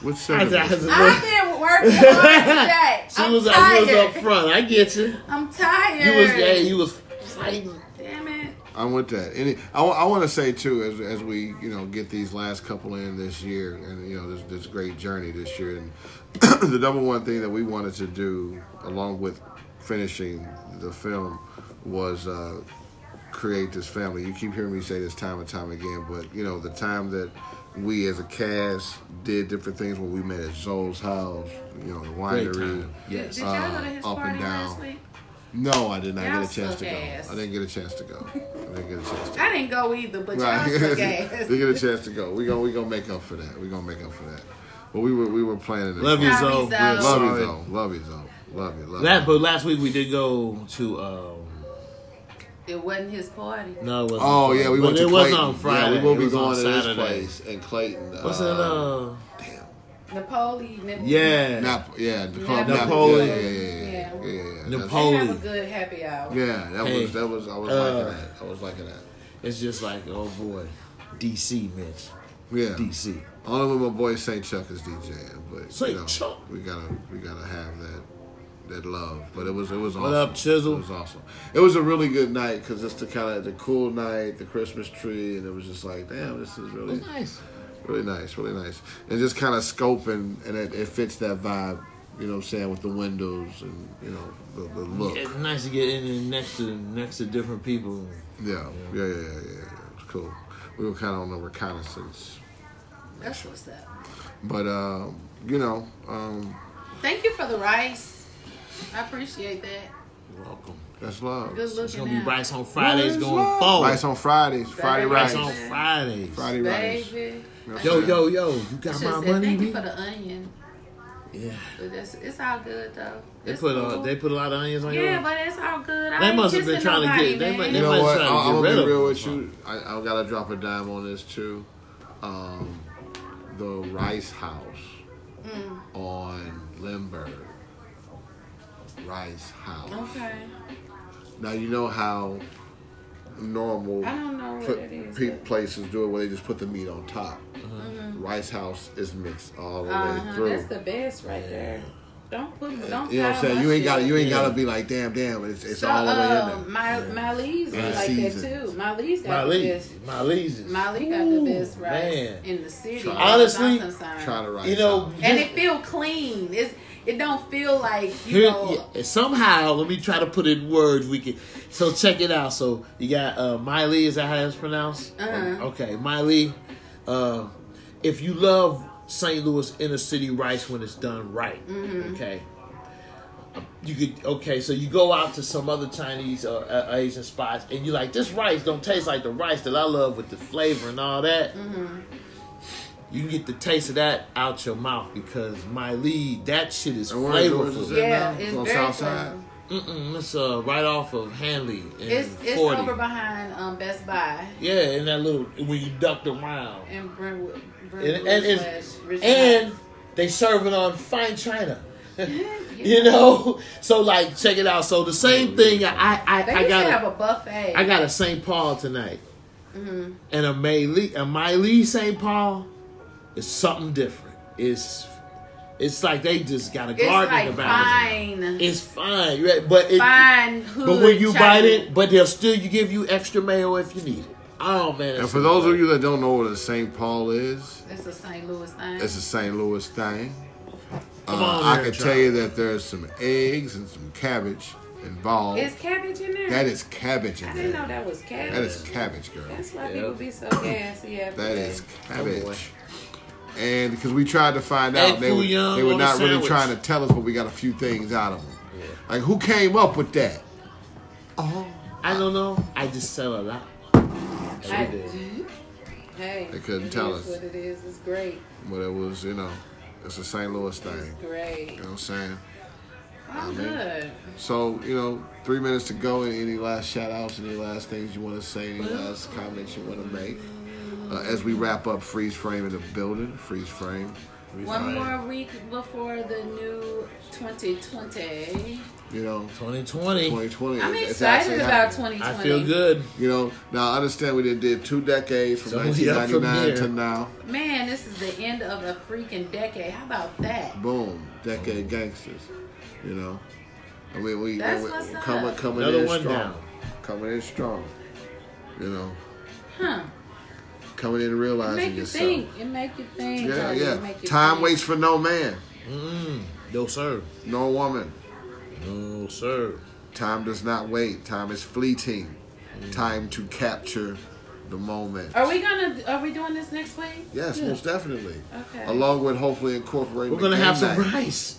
[SPEAKER 3] What's
[SPEAKER 2] I,
[SPEAKER 3] service?
[SPEAKER 1] I've been working hard today.
[SPEAKER 2] she
[SPEAKER 1] I'm
[SPEAKER 2] was, I was
[SPEAKER 1] tired.
[SPEAKER 2] up front. I get you.
[SPEAKER 1] I'm tired.
[SPEAKER 2] You was, yeah, you was fighting.
[SPEAKER 1] Damn it!
[SPEAKER 3] I'm with that. And it- I, want to say too, as as we you know get these last couple in this year, and you know this this great journey this year, and the number one thing that we wanted to do, along with finishing the film, was uh, create this family. You keep hearing me say this time and time again, but you know the time that we as a cast did different things when we met at Zoe's house, you know the
[SPEAKER 2] Great
[SPEAKER 3] winery.
[SPEAKER 2] time.
[SPEAKER 1] Did,
[SPEAKER 2] Yes.
[SPEAKER 1] did y'all go to
[SPEAKER 3] Uh,
[SPEAKER 1] his
[SPEAKER 3] up and
[SPEAKER 1] party last
[SPEAKER 3] down.
[SPEAKER 1] week?
[SPEAKER 3] No, I did not
[SPEAKER 1] Y'all
[SPEAKER 3] get a chance
[SPEAKER 1] suck
[SPEAKER 3] to go.
[SPEAKER 1] ass.
[SPEAKER 3] I didn't get a chance to go. I didn't get a chance to. go.
[SPEAKER 1] I didn't go either, but y'all
[SPEAKER 3] Right.
[SPEAKER 1] suck ass.
[SPEAKER 3] we get a chance to go. We gonna we gonna make up for that. We gonna make up for that. But we were we were planning it.
[SPEAKER 2] Love you,
[SPEAKER 1] Love
[SPEAKER 2] Zoe.
[SPEAKER 1] you, Zoe.
[SPEAKER 2] We're
[SPEAKER 3] Love
[SPEAKER 2] sorry.
[SPEAKER 3] you, though. Love you, though. Love you. Love
[SPEAKER 2] That,
[SPEAKER 3] you.
[SPEAKER 2] but last week we did go to. Um,
[SPEAKER 1] It wasn't his party.
[SPEAKER 2] no, it wasn't.
[SPEAKER 3] Oh yeah, we
[SPEAKER 2] But
[SPEAKER 3] went to
[SPEAKER 2] it
[SPEAKER 3] Clayton.
[SPEAKER 2] was on Friday.
[SPEAKER 3] Yeah, we will
[SPEAKER 2] It
[SPEAKER 3] be
[SPEAKER 2] was on
[SPEAKER 3] going to this
[SPEAKER 2] Saturday.
[SPEAKER 3] place in Clayton.
[SPEAKER 2] What's that?
[SPEAKER 3] uh,
[SPEAKER 2] Uh,
[SPEAKER 3] Damn.
[SPEAKER 1] Napoleon.
[SPEAKER 2] yeah,
[SPEAKER 3] Nap- yeah, the
[SPEAKER 1] Yeah,
[SPEAKER 3] Nap-
[SPEAKER 2] Napoleon.
[SPEAKER 3] Yeah, yeah, yeah, yeah, yeah. yeah, yeah, yeah. That's-
[SPEAKER 1] They have a
[SPEAKER 2] Holy.
[SPEAKER 1] good happy hour.
[SPEAKER 3] Yeah, that
[SPEAKER 2] Hey,
[SPEAKER 3] was that was I was
[SPEAKER 2] uh,
[SPEAKER 3] liking that. I was liking that.
[SPEAKER 2] it's just like oh boy, DC Mitch,
[SPEAKER 3] Yeah.
[SPEAKER 2] DC.
[SPEAKER 3] Only when my boy Saint Chuck is DJing, but
[SPEAKER 2] Saint
[SPEAKER 3] you know,
[SPEAKER 2] Chuck.
[SPEAKER 3] we gotta we gotta have that that love. But it was it was
[SPEAKER 2] What
[SPEAKER 3] awesome.
[SPEAKER 2] up, Chisel?
[SPEAKER 3] It was awesome. It was a really good night because it's the kind of the cool night, the Christmas tree, and it was just like, damn, this is really
[SPEAKER 2] Nice.
[SPEAKER 3] really nice, really nice, and just kind of scoping, and it, it fits that vibe. You know what I'm saying with the windows and you know the, the look.
[SPEAKER 2] It's nice to get in there next to next to different people.
[SPEAKER 3] Yeah, yeah, yeah, yeah, yeah. yeah. It's cool. We were kind of on a reconnaissance,
[SPEAKER 1] That's what's up.
[SPEAKER 3] but um, you know, um,
[SPEAKER 1] Thank you for the rice. I appreciate that.
[SPEAKER 2] Welcome.
[SPEAKER 3] that's love.
[SPEAKER 1] Good looking
[SPEAKER 2] It's gonna be
[SPEAKER 1] out.
[SPEAKER 2] rice on Fridays
[SPEAKER 3] Rice
[SPEAKER 2] going
[SPEAKER 3] love.
[SPEAKER 2] forward.
[SPEAKER 3] Rice on Fridays. Friday
[SPEAKER 1] rice.
[SPEAKER 3] rice.
[SPEAKER 2] Rice on Fridays.
[SPEAKER 3] Friday rice.
[SPEAKER 1] Baby.
[SPEAKER 3] You know what I'm
[SPEAKER 2] Yo,
[SPEAKER 3] saying?
[SPEAKER 2] yo, yo! You got
[SPEAKER 1] Just
[SPEAKER 2] my
[SPEAKER 1] said
[SPEAKER 2] money,
[SPEAKER 1] thank you
[SPEAKER 2] B?
[SPEAKER 1] for the onion.
[SPEAKER 2] Yeah.
[SPEAKER 1] But it's, it's all good though.
[SPEAKER 2] They
[SPEAKER 1] It's
[SPEAKER 2] put a
[SPEAKER 1] cool.
[SPEAKER 2] they put a lot of onions on
[SPEAKER 1] Yeah,
[SPEAKER 2] your.
[SPEAKER 1] but it's all good. I
[SPEAKER 2] They
[SPEAKER 1] ain't
[SPEAKER 2] must have been
[SPEAKER 1] kissing
[SPEAKER 2] trying to
[SPEAKER 1] nobody,
[SPEAKER 2] get- they
[SPEAKER 1] man.
[SPEAKER 2] might-
[SPEAKER 3] You
[SPEAKER 2] They
[SPEAKER 3] know
[SPEAKER 2] might
[SPEAKER 3] what?
[SPEAKER 2] try to
[SPEAKER 3] I'm,
[SPEAKER 2] get
[SPEAKER 3] I'm
[SPEAKER 2] rid
[SPEAKER 3] gonna
[SPEAKER 2] of
[SPEAKER 3] be real
[SPEAKER 2] them.
[SPEAKER 3] with you. I, I gotta drop a dime on this too. Um, the Rice House
[SPEAKER 1] Mm.
[SPEAKER 3] on Lindbergh. Rice House.
[SPEAKER 1] Okay.
[SPEAKER 3] Now you know how normal
[SPEAKER 1] I don't know what
[SPEAKER 3] pla-
[SPEAKER 1] it is,
[SPEAKER 3] pe-
[SPEAKER 1] but- Mm-hmm.
[SPEAKER 3] places do it where they just put the meat on top. Rice House is mixed all the way
[SPEAKER 1] Uh-huh.
[SPEAKER 3] through.
[SPEAKER 1] That's the best right there. Don't put don't
[SPEAKER 3] you know what
[SPEAKER 1] pile
[SPEAKER 3] I'm saying?
[SPEAKER 1] my
[SPEAKER 3] You ain't got
[SPEAKER 1] shit.
[SPEAKER 3] you ain't
[SPEAKER 2] Yeah.
[SPEAKER 3] gotta be like damn damn. It's, it's
[SPEAKER 1] So,
[SPEAKER 3] all the way in
[SPEAKER 1] uh,
[SPEAKER 3] there.
[SPEAKER 1] my my leaves
[SPEAKER 3] And
[SPEAKER 1] are
[SPEAKER 3] the
[SPEAKER 1] like that
[SPEAKER 3] seasons.
[SPEAKER 1] too. My leaves got
[SPEAKER 2] My
[SPEAKER 1] the
[SPEAKER 2] leaves,
[SPEAKER 1] best.
[SPEAKER 2] my leaves. is-
[SPEAKER 1] My leaf got the best
[SPEAKER 2] Ooh,
[SPEAKER 1] rice
[SPEAKER 2] man.
[SPEAKER 1] in the city.
[SPEAKER 2] Try-
[SPEAKER 1] as far as I'm
[SPEAKER 2] Honestly,
[SPEAKER 1] concerned.
[SPEAKER 3] Try to rice.
[SPEAKER 2] You know,
[SPEAKER 3] House.
[SPEAKER 1] and it feel clean. It's it don't feel like you
[SPEAKER 2] Here,
[SPEAKER 1] know.
[SPEAKER 2] yeah, somehow, let me try to put it in words we can. So check it out. So you got uh, Miley. Is that how it's pronounced?
[SPEAKER 1] Uh-huh.
[SPEAKER 2] Okay, Miley. Uh, if you love St. Louis inner city rice when it's done right,
[SPEAKER 1] Mm-hmm.
[SPEAKER 2] okay. You could okay, so you go out to some other Chinese or uh, Asian spots, and you like this rice don't taste like the rice that I love with the flavor and all that.
[SPEAKER 1] Mm-hmm.
[SPEAKER 2] You can get the taste of that out your mouth because my lead that shit is
[SPEAKER 3] And where in
[SPEAKER 2] flavorful.
[SPEAKER 3] Georgia is it
[SPEAKER 1] Yeah,
[SPEAKER 3] now?
[SPEAKER 1] it's
[SPEAKER 3] on
[SPEAKER 1] very
[SPEAKER 3] South Side.
[SPEAKER 1] clean.
[SPEAKER 2] Mm-mm, it's uh, right off of Hanley and
[SPEAKER 1] It's it's
[SPEAKER 2] 40.
[SPEAKER 1] over behind um, Best Buy
[SPEAKER 2] yeah, in that little when you ducked around,
[SPEAKER 1] and Brentwood.
[SPEAKER 2] and
[SPEAKER 1] Brentwood
[SPEAKER 2] and,
[SPEAKER 1] slash
[SPEAKER 2] and,
[SPEAKER 1] Richmond
[SPEAKER 2] and
[SPEAKER 1] Heights.
[SPEAKER 2] they serve it on fine china.
[SPEAKER 1] Yeah.
[SPEAKER 2] You know, so like check it out. So the same thing. I I,
[SPEAKER 1] They
[SPEAKER 2] I
[SPEAKER 1] used
[SPEAKER 2] got
[SPEAKER 1] to
[SPEAKER 2] a-
[SPEAKER 1] have a buffet.
[SPEAKER 2] I got a St. Paul tonight,
[SPEAKER 1] Mm-hmm.
[SPEAKER 2] and a Miley, a Miley St. Paul is something different. It's it's like they just got a
[SPEAKER 1] it's
[SPEAKER 2] garden
[SPEAKER 1] like
[SPEAKER 2] about
[SPEAKER 1] fine,
[SPEAKER 2] it. It's fine, right? but it,
[SPEAKER 1] fine hood.
[SPEAKER 2] But when you bite
[SPEAKER 1] Chinese.
[SPEAKER 2] it, but they'll still you give you extra mayo if you need it. Oh man!
[SPEAKER 3] And
[SPEAKER 2] that's
[SPEAKER 3] for
[SPEAKER 2] so
[SPEAKER 3] those of
[SPEAKER 2] good.
[SPEAKER 3] you that don't know what a St. Paul is,
[SPEAKER 1] it's a St. Louis thing.
[SPEAKER 3] it's a St. Louis thing.
[SPEAKER 2] Come
[SPEAKER 3] Uh,
[SPEAKER 2] on
[SPEAKER 3] I
[SPEAKER 2] there,
[SPEAKER 3] can tell
[SPEAKER 2] Charlie.
[SPEAKER 3] you that there's some eggs and some cabbage involved.
[SPEAKER 1] Is cabbage in there?
[SPEAKER 3] that is cabbage
[SPEAKER 1] I
[SPEAKER 3] in
[SPEAKER 1] didn't
[SPEAKER 3] there.
[SPEAKER 1] know that was cabbage.
[SPEAKER 3] That is cabbage, girl.
[SPEAKER 1] That's why
[SPEAKER 2] Yeah.
[SPEAKER 1] people be so gassy after
[SPEAKER 3] That is
[SPEAKER 2] boy.
[SPEAKER 3] cabbage. And because we tried to find
[SPEAKER 2] Egg
[SPEAKER 3] out, they
[SPEAKER 2] foo
[SPEAKER 3] were,
[SPEAKER 2] young
[SPEAKER 3] they were
[SPEAKER 2] on a
[SPEAKER 3] not really
[SPEAKER 2] sandwich.
[SPEAKER 3] trying to tell us, but we got a few things out of them. Like, who came up with that?
[SPEAKER 2] I don't know. I just sell a lot.
[SPEAKER 1] I-
[SPEAKER 2] She did.
[SPEAKER 1] Hey,
[SPEAKER 3] They couldn't
[SPEAKER 1] it
[SPEAKER 3] tell
[SPEAKER 1] is
[SPEAKER 3] us.
[SPEAKER 1] what it is. It's great.
[SPEAKER 3] But it was, you know, it's a St. Louis
[SPEAKER 1] It's
[SPEAKER 3] thing.
[SPEAKER 1] great.
[SPEAKER 3] You know what I'm saying?
[SPEAKER 1] Oh, good.
[SPEAKER 3] So, you know, three minutes to go. Any, any last shout outs, any last things you want to say, any last comments you want to make? Uh, as we wrap up Freeze Frame in the building, Freeze Frame.
[SPEAKER 1] One more week before the new 2020.
[SPEAKER 3] You know,
[SPEAKER 2] 2020.
[SPEAKER 3] 2020.
[SPEAKER 1] I'm
[SPEAKER 3] it's
[SPEAKER 1] excited
[SPEAKER 3] actually
[SPEAKER 1] about
[SPEAKER 3] happening.
[SPEAKER 1] 2020.
[SPEAKER 2] I feel good.
[SPEAKER 3] You know, now I understand we did, did two decades from
[SPEAKER 2] It's only up from
[SPEAKER 3] 1999 to
[SPEAKER 2] here.
[SPEAKER 3] now.
[SPEAKER 1] Man, this is the end of a freaking decade. How about that?
[SPEAKER 3] Boom, decade gangsters. You know, I mean, we,
[SPEAKER 1] That's
[SPEAKER 3] we
[SPEAKER 1] what's
[SPEAKER 3] coming
[SPEAKER 1] up.
[SPEAKER 3] coming
[SPEAKER 2] Another
[SPEAKER 3] in
[SPEAKER 2] one
[SPEAKER 3] strong,
[SPEAKER 2] down.
[SPEAKER 3] coming in strong. You know,
[SPEAKER 1] Huh.
[SPEAKER 3] coming in
[SPEAKER 1] It
[SPEAKER 3] realizing
[SPEAKER 1] make you
[SPEAKER 3] yourself.
[SPEAKER 1] think. It make you think.
[SPEAKER 3] Yeah,
[SPEAKER 1] honey. It
[SPEAKER 3] yeah.
[SPEAKER 1] make you
[SPEAKER 3] Time
[SPEAKER 1] think.
[SPEAKER 3] waits for no man,
[SPEAKER 2] Mm, no sir.
[SPEAKER 3] no woman.
[SPEAKER 2] No sir.
[SPEAKER 3] Time does not wait. Time is fleeting.
[SPEAKER 2] Mm.
[SPEAKER 3] Time to capture the moment.
[SPEAKER 1] Are we gonna? Are we doing this next week?
[SPEAKER 3] Yes, most definitely.
[SPEAKER 1] Okay.
[SPEAKER 3] Along with hopefully incorporating.
[SPEAKER 2] We're gonna
[SPEAKER 3] the
[SPEAKER 2] have
[SPEAKER 3] game
[SPEAKER 2] some
[SPEAKER 3] night.
[SPEAKER 2] rice.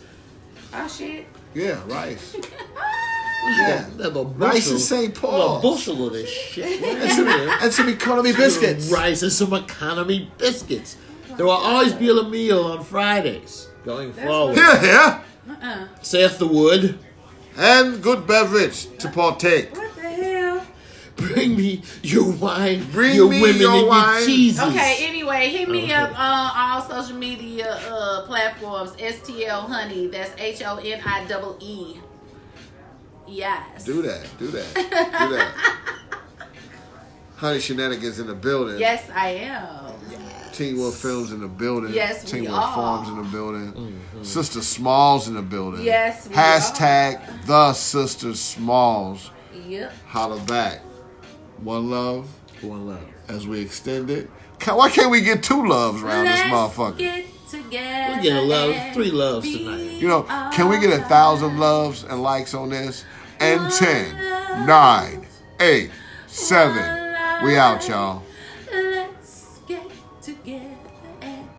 [SPEAKER 1] Oh shit.
[SPEAKER 3] Yeah, rice.
[SPEAKER 2] Yeah,
[SPEAKER 3] yeah.
[SPEAKER 2] have a bushel,
[SPEAKER 3] Rice in St.
[SPEAKER 2] A
[SPEAKER 3] Paul.
[SPEAKER 2] bushel of this shit.
[SPEAKER 3] and some economy biscuits.
[SPEAKER 2] Rice and some economy biscuits. There will always be a meal on Fridays going
[SPEAKER 1] That's
[SPEAKER 2] forward.
[SPEAKER 1] what-
[SPEAKER 3] Here, here,
[SPEAKER 1] Uh-uh.
[SPEAKER 2] Saith the wood,
[SPEAKER 3] and good beverage to partake.
[SPEAKER 1] What the hell?
[SPEAKER 2] bring me your wine,
[SPEAKER 3] Bring
[SPEAKER 2] your
[SPEAKER 3] me
[SPEAKER 2] women,
[SPEAKER 3] your
[SPEAKER 2] and
[SPEAKER 3] wine."
[SPEAKER 2] your cheeses.
[SPEAKER 1] Okay, anyway, hit me
[SPEAKER 2] Okay.
[SPEAKER 1] up on all social media uh, platforms. STL Honey. That's H O N I double E. Yes.
[SPEAKER 3] Do that. Do that. Do that. Honey Shenanigans in the building.
[SPEAKER 1] Yes, I am.
[SPEAKER 3] Teen Wolf Films in the building.
[SPEAKER 1] Yes,
[SPEAKER 3] Teen
[SPEAKER 1] we
[SPEAKER 3] Wolf
[SPEAKER 1] are.
[SPEAKER 3] Farms in the building. Sister Smalls in the building.
[SPEAKER 1] Yes, we
[SPEAKER 3] Hashtag the Sister Smalls.
[SPEAKER 1] Yep.
[SPEAKER 3] Holla back. One love
[SPEAKER 2] One love.
[SPEAKER 3] as we extend it. Ca- Why can't we get two loves around this motherfucker?
[SPEAKER 1] Get together.
[SPEAKER 2] We get a love-
[SPEAKER 1] and
[SPEAKER 2] three loves
[SPEAKER 1] be
[SPEAKER 2] tonight.
[SPEAKER 3] You know, can we get a thousand loves and likes on this? And ten, nine, eight, seven. We out, y'all.